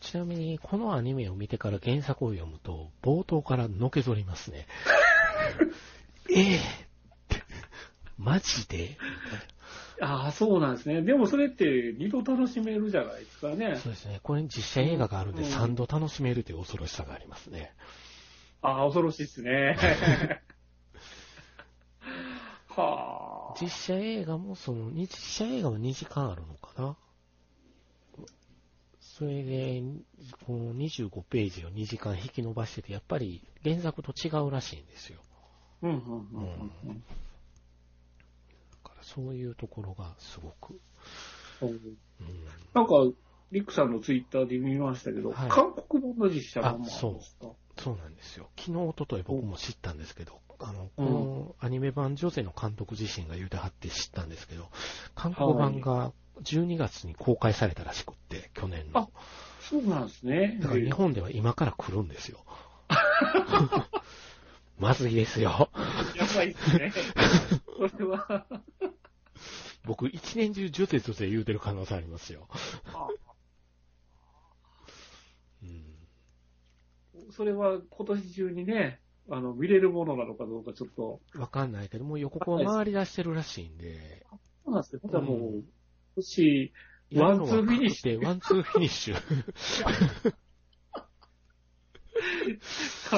Speaker 2: ちなみにこのアニメを見てから原作を読むと冒頭からのけぞりますね。ええってマジでみたいな
Speaker 3: ああ、そうなんですね。でもそれって二度楽しめるじゃないですかね。
Speaker 2: そうですね。これに実写映画があるんで
Speaker 3: うん
Speaker 2: 3度楽しめるという恐ろしさがありますね。
Speaker 3: ああ、恐ろしいです ね。はあ。
Speaker 2: 実写映画もその、に実写映画は2時間あるのかなそれで、この25ページを2時間引き伸ばしてて、やっぱり原作と違うらしいんですよ。
Speaker 3: うんうんうんうん
Speaker 2: だからそういうところがすごく。
Speaker 3: そう
Speaker 2: うん
Speaker 3: なんか、リックさんのツイッターで見ましたけど、
Speaker 2: はい
Speaker 3: 韓国版の実写版もあ
Speaker 2: あ
Speaker 3: る
Speaker 2: そ
Speaker 3: ん
Speaker 2: う
Speaker 3: ですか
Speaker 2: そうなんですよ。昨日、一昨日僕も知ったんですけど、あの、こ
Speaker 3: うん
Speaker 2: のアニメ版女性の監督自身が言うてはって知ったんですけど、韓国版が12月に公開されたらしくって、去年の。
Speaker 3: そうなんですね。
Speaker 2: だから日本では今から来るんですよ。 まずいですよ。
Speaker 3: やばいですね。 それは、
Speaker 2: 僕、一年中女性女性言うてる可能性ありますよ。
Speaker 3: あ
Speaker 2: うん
Speaker 3: それは今年中にね、あの、見れるものなのかどうかちょっと、
Speaker 2: わかんないけど、もう予告は回り出してるらしいんで、
Speaker 3: そうなんですね。ただもう、
Speaker 2: うん
Speaker 3: もし、ワンツーフィニッシ
Speaker 2: ュ。ワンツーフィニッシュ。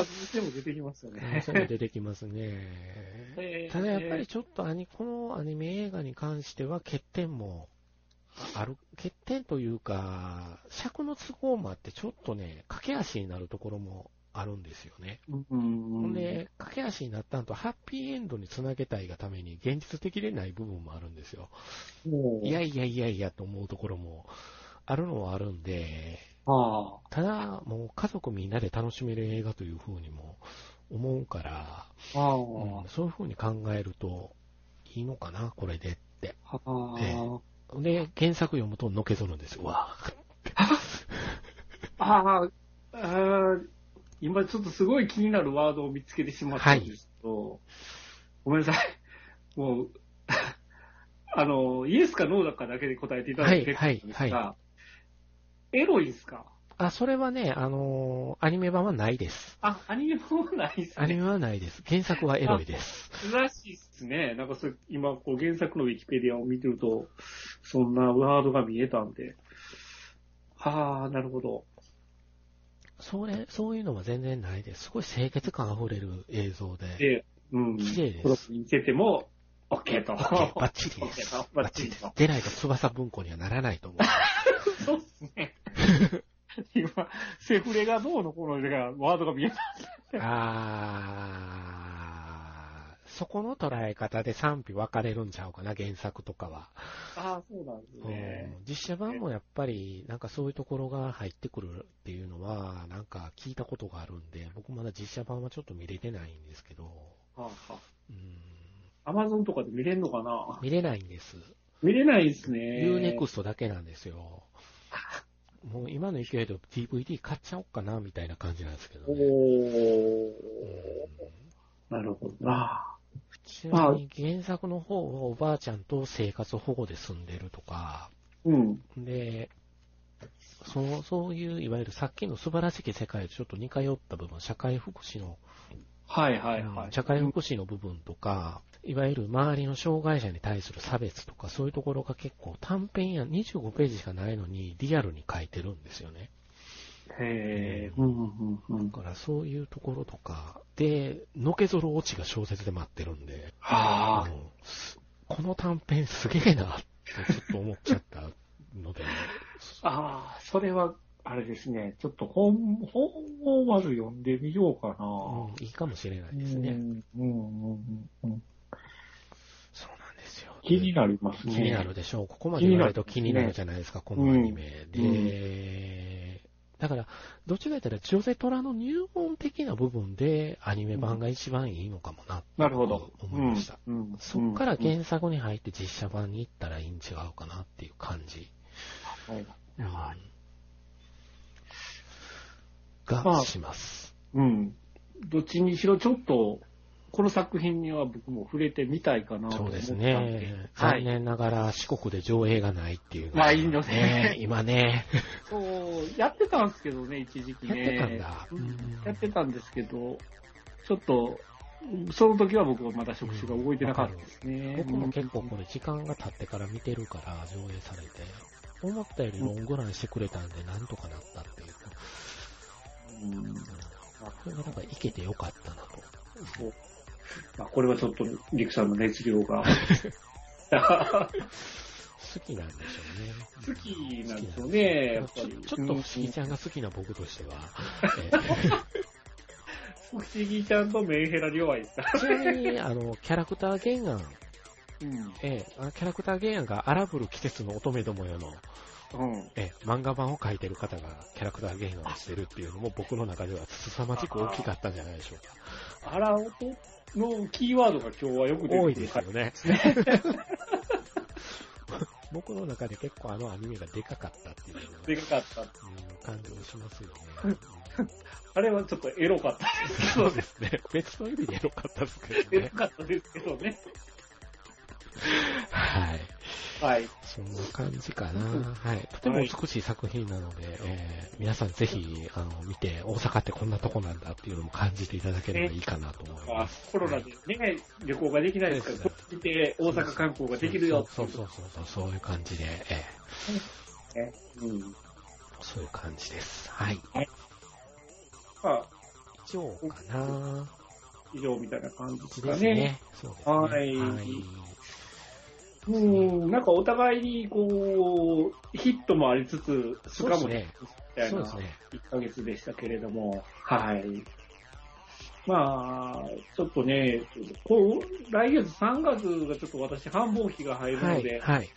Speaker 3: 数でも出てきますよ
Speaker 2: 可能
Speaker 3: ね。
Speaker 2: 性も出てきますね。
Speaker 3: えー
Speaker 2: ただやっぱり、ちょっとアニ、このアニメ映画に関しては欠点もある、欠点というか、尺の都合もあってちょっとね、駆け足になるところもあるんですよね。
Speaker 3: うんうん
Speaker 2: ほ
Speaker 3: うんん、
Speaker 2: で、駆け足になった後、ハッピーエンドにつなげたいがために現実的でない部分もあるんですよ。
Speaker 3: もう
Speaker 2: いやいやいやいやと思うところもあるのはあるんで、
Speaker 3: あ
Speaker 2: ただ、もう家族みんなで楽しめる映画というふうにも思うから、
Speaker 3: あ、ああ、
Speaker 2: うんそういう風に考えるといいのかな、これでって。
Speaker 3: ああ、
Speaker 2: ええで、原作読むとのけぞるんですよ。わあ
Speaker 3: ああ、ああ、今ちょっとすごい気になるワードを見つけてしまったんですけど、ごめんなさい。 もう、 あの、イエスかノーだかだけで答えていただいて結構なんですが、
Speaker 2: はいはい
Speaker 3: エロいんすか
Speaker 2: あ、それはね、あのーアニメ版はないです。
Speaker 3: あ、アニメもないっす
Speaker 2: アニ
Speaker 3: ね。
Speaker 2: メはないです。原作はエロいです。
Speaker 3: 珍しいっすね。なんかそれ今、こう原作のウィキペディアを見てると、そんなワードが見えたんで。はあ、なるほど。
Speaker 2: それ、そういうのは全然ないです。すごい清潔感溢れる映像 で。
Speaker 3: で、うん。
Speaker 2: 綺麗です
Speaker 3: これ見せても、OK と。
Speaker 2: オッケー バッチリです
Speaker 3: OK と。
Speaker 2: バ
Speaker 3: バ
Speaker 2: ッ
Speaker 3: ッ
Speaker 2: チリ
Speaker 3: チリ
Speaker 2: で
Speaker 3: ですす。
Speaker 2: 出ないと翼文庫にはならないと 思う。
Speaker 3: そうっす ね。今、セフレがどうのこうのでが、ワードが見えた。
Speaker 2: あー、そこの捉え方で賛否分かれるんちゃうかな、原作とかは。
Speaker 3: ああ、そうなんですね。
Speaker 2: うん実写版もやっぱり、なんかそういうところが入ってくるっていうのは、なんか聞いたことがあるんで、僕まだ実写版はちょっと見れてないんですけど、
Speaker 3: はあは
Speaker 2: うん、
Speaker 3: あ、Amazon とかで見れるのかな
Speaker 2: 見れないんです。
Speaker 3: 見れないですね。
Speaker 2: UNEXT だけなんですよ。もう今の勢いで DVD 買っちゃおっかな、みたいな感じなんですけど、
Speaker 3: お
Speaker 2: ね。
Speaker 3: ー。
Speaker 2: うん
Speaker 3: なるほどな。
Speaker 2: ちなみに原作の方はおばあちゃんと生活保護で住んでるとか、
Speaker 3: うん。
Speaker 2: で、そう、そういう、いわゆるさっきの素晴らしき世界とちょっと似通った部分、社会福祉の、
Speaker 3: はいはいは
Speaker 2: うん
Speaker 3: い。
Speaker 2: 社会福祉の部分とか、いわゆる周りの障害者に対する差別とか、そういうところが結構短編や25ページしかないのにリアルに書いてるんですよね。
Speaker 3: へー。うんうんうんうん
Speaker 2: だ。からそういうところとか、で、のけぞるオチが小説で待ってるんで、
Speaker 3: は
Speaker 2: う
Speaker 3: あ。
Speaker 2: んすこの短編すげえなってちょっと思っちゃったの で、
Speaker 3: ああ、それは、あれですね。ちょっと本、本をまず読んでみようかな。
Speaker 2: うんいいかもしれないですね。
Speaker 3: うんうんうん
Speaker 2: そ
Speaker 3: うん、
Speaker 2: うなんですよ。
Speaker 3: 気になりますね。
Speaker 2: 気になるでしょう。ここまで言われると気
Speaker 3: 気
Speaker 2: に
Speaker 3: に
Speaker 2: な
Speaker 3: な
Speaker 2: る
Speaker 3: る
Speaker 2: じゃないですか、このアニメ。
Speaker 3: うん
Speaker 2: で、だから、どっちか言ったら、ジョゼトラの入門的な部分でアニメ版が一番いいのかもな、
Speaker 3: なるほど。
Speaker 2: 思いました。
Speaker 3: うん。うん
Speaker 2: そっから
Speaker 3: うん
Speaker 2: 原作に入って実写版に行ったらいいん違うかなっていう感じ。
Speaker 3: はい
Speaker 2: うん
Speaker 3: ま
Speaker 2: が
Speaker 3: あ
Speaker 2: します。
Speaker 3: うん。どっちにしろちょっと、この作品には僕も触れてみたいかなと
Speaker 2: そ
Speaker 3: 思
Speaker 2: う
Speaker 3: った
Speaker 2: です
Speaker 3: んで。
Speaker 2: ね。
Speaker 3: は
Speaker 2: 残
Speaker 3: い。
Speaker 2: 念ながら四国で上映がないっていうのが
Speaker 3: ないのね
Speaker 2: 今ね。
Speaker 3: そう、やってたんですけどね、一時期
Speaker 2: やっ
Speaker 3: ね。
Speaker 2: てたんだ。うん
Speaker 3: やってたんですけど、ちょっと、その時は僕はまだ職種が動いてなかったですね。
Speaker 2: 僕も結構これ時間が経ってから見てるから上映されて、思ったよりロングランしてくれたんでなんとかなったっていうか、
Speaker 3: うん
Speaker 2: これがなんかいけてよかったなと。
Speaker 3: そうまあ、これはちょっと、リクさんの熱量が。
Speaker 2: 好きなんでしょうね。
Speaker 3: 好きなんでしょうねやっぱ
Speaker 2: ちょ
Speaker 3: り
Speaker 2: ちょっと不思議ちゃんが好きな僕と しては。
Speaker 3: 不思議ちゃんとメンヘラに弱いですか
Speaker 2: えーちなみに、あの、キャラクター原案、
Speaker 3: うん。
Speaker 2: えーあのキャラクター原案が荒ぶる季節の乙女どもよの、
Speaker 3: うん。
Speaker 2: えー漫画版を描いてる方がキャラクター原案をしてるっていうのも僕の中では凄まじく大きかったんじゃないでしょうか。
Speaker 3: あらおとのキーワードが今日はよく出てくる。
Speaker 2: 多いですよね。僕の中で結構あのアニメがでかかったっていうのが、
Speaker 3: でかか
Speaker 2: う
Speaker 3: っ
Speaker 2: ん感じがしますよね。
Speaker 3: た。あれはちょっとエロかったですけ
Speaker 2: そう
Speaker 3: ど
Speaker 2: で
Speaker 3: ね。
Speaker 2: すね。別の意味でエロかったですけど
Speaker 3: エ
Speaker 2: ね
Speaker 3: ロ。かったですけどね。
Speaker 2: はい。
Speaker 3: はい。
Speaker 2: そんな感じかな。
Speaker 3: うん
Speaker 2: はい。とても美しい作品なので、えー皆さんぜひ、あの、見て、大阪ってこんなとこなんだっていうのも感じていただければいいかなと思い
Speaker 3: あ
Speaker 2: ます。
Speaker 3: コロナでね、旅行ができないですから、こっちで大阪観光ができるよって
Speaker 2: そ
Speaker 3: いう
Speaker 2: そうそうそう、そういう感じで、え
Speaker 3: うね。うん。ま
Speaker 2: ーそういう感じです。はい。
Speaker 3: あ、
Speaker 2: 以上かな。
Speaker 3: 以上みたいな感じです
Speaker 2: で
Speaker 3: か
Speaker 2: す
Speaker 3: ね。
Speaker 2: ね。そうですね。
Speaker 3: はいうん。なんかお互いに、こう、ヒットもありつつ、し
Speaker 2: そうで
Speaker 3: か
Speaker 2: す
Speaker 3: も、み
Speaker 2: ね。
Speaker 3: たい
Speaker 2: そう
Speaker 3: な
Speaker 2: ですね。
Speaker 3: 1ヶ月でしたけれども、はい。まあ、ちょっとね、こう来月3月がちょっと私繁忙期が入る
Speaker 2: は
Speaker 3: の
Speaker 2: い。
Speaker 3: で、
Speaker 2: はい。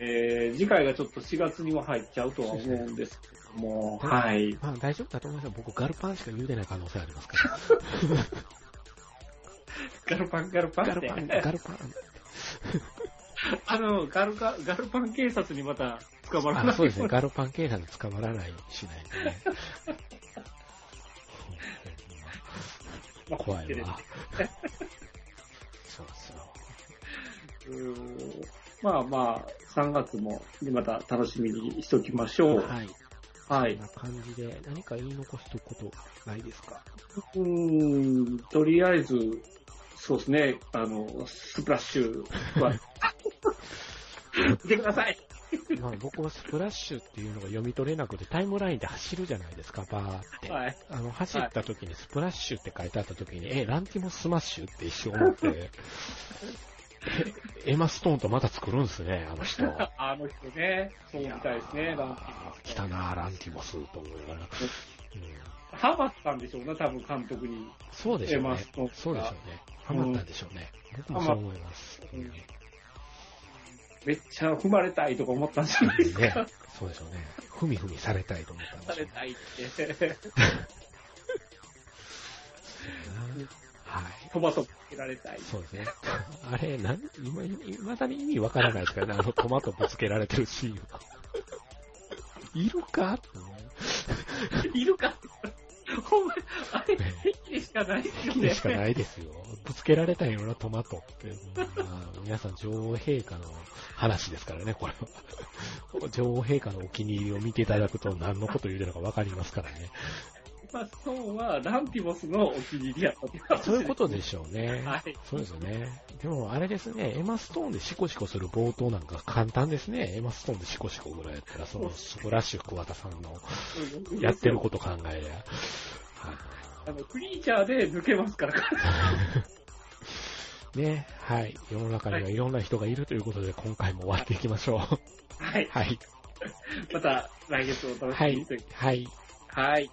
Speaker 3: えー次回がちょっと4月には入っちゃうとは思うんですけども、
Speaker 2: そうですね
Speaker 3: はい。
Speaker 2: まあ大丈夫だと思いますよ。僕、ガルパンしか言うてない可能性ありますから。
Speaker 3: ガルパンガルパン
Speaker 2: ガ
Speaker 3: っ
Speaker 2: ルパン、
Speaker 3: て。
Speaker 2: ガルパン。
Speaker 3: あの、ガルガ、ガルパン警察にまた捕まらな
Speaker 2: あ
Speaker 3: い。
Speaker 2: そうですね。ガルパン警察に捕まらないようにしないとね。怖い わ。そうですよ。
Speaker 3: うーんまあまあ、3月もまた楽しみにしときましょう。
Speaker 2: はい。
Speaker 3: は
Speaker 2: こ
Speaker 3: い
Speaker 2: ん。な感じで、何か言い残したことないですか
Speaker 3: うーん、とりあえず、そうですね、あの、スプラッシュは、見てください
Speaker 2: まあ僕はスプラッシュっていうのが読み取れなくて、タイムラインで走るじゃないですか、バーって。
Speaker 3: はい。
Speaker 2: あの、走った時にスプラッシュって書いてあった時に、え、ランティモスマッシュって一瞬思 って、えエマストーンとまた作るんですね、あの 人。
Speaker 3: あの人ね、そうみたいですね、ランキ
Speaker 2: 来
Speaker 3: ー
Speaker 2: たな、ランティモス、と思いながら。うん、
Speaker 3: ハマったんでしょうな、多分監督に。
Speaker 2: そうでしょう
Speaker 3: エマ
Speaker 2: ね
Speaker 3: ストーン。が
Speaker 2: そうでしょうね。ハマったんでしょうね。僕もそう思います。
Speaker 3: う
Speaker 2: うんん
Speaker 3: めっちゃ踏まれたいとか思ったんじゃないですか。
Speaker 2: ね、そうでしょうね。ふみふみされたいと思ったんで
Speaker 3: さ
Speaker 2: しょ
Speaker 3: れ
Speaker 2: うね。
Speaker 3: たいって。
Speaker 2: はい。
Speaker 3: トマトぶつけられたい。
Speaker 2: そうですね。 あれ、なん、今、いまだに意味わからないですからね、あのトマトぶつけられてるシーンは。いるかって思う
Speaker 3: いるかほんまに、あれ、駅でしかないですよ
Speaker 2: 好きでしか
Speaker 3: ね。
Speaker 2: ないですよ。ぶつけられたようなトマトって、まあ、皆さん女王陛下の話ですからね、これは。女王陛下のお気に入りを見ていただくと何のこと言うてるのかわかりますからね。
Speaker 3: まあ、そうは、ランティボスのお気に入りやったって話
Speaker 2: そういうことでしょうね。
Speaker 3: はい。
Speaker 2: そうですよね。でも、あれですね、エマストーンでシコシコする冒頭なんか簡単ですね。エマストーンでシコシコぐらいやったら、そのスプラッシュ桑田さんの やってること考えりゃ。
Speaker 3: あの、クリーチャーで抜けますから。
Speaker 2: ね、はい。世の中にはいろんな人がいるということで、今回も終わっていきましょう。
Speaker 3: はい。
Speaker 2: はい。
Speaker 3: また来月お楽し
Speaker 2: は
Speaker 3: みに
Speaker 2: い
Speaker 3: という。。
Speaker 2: はい。
Speaker 3: はい。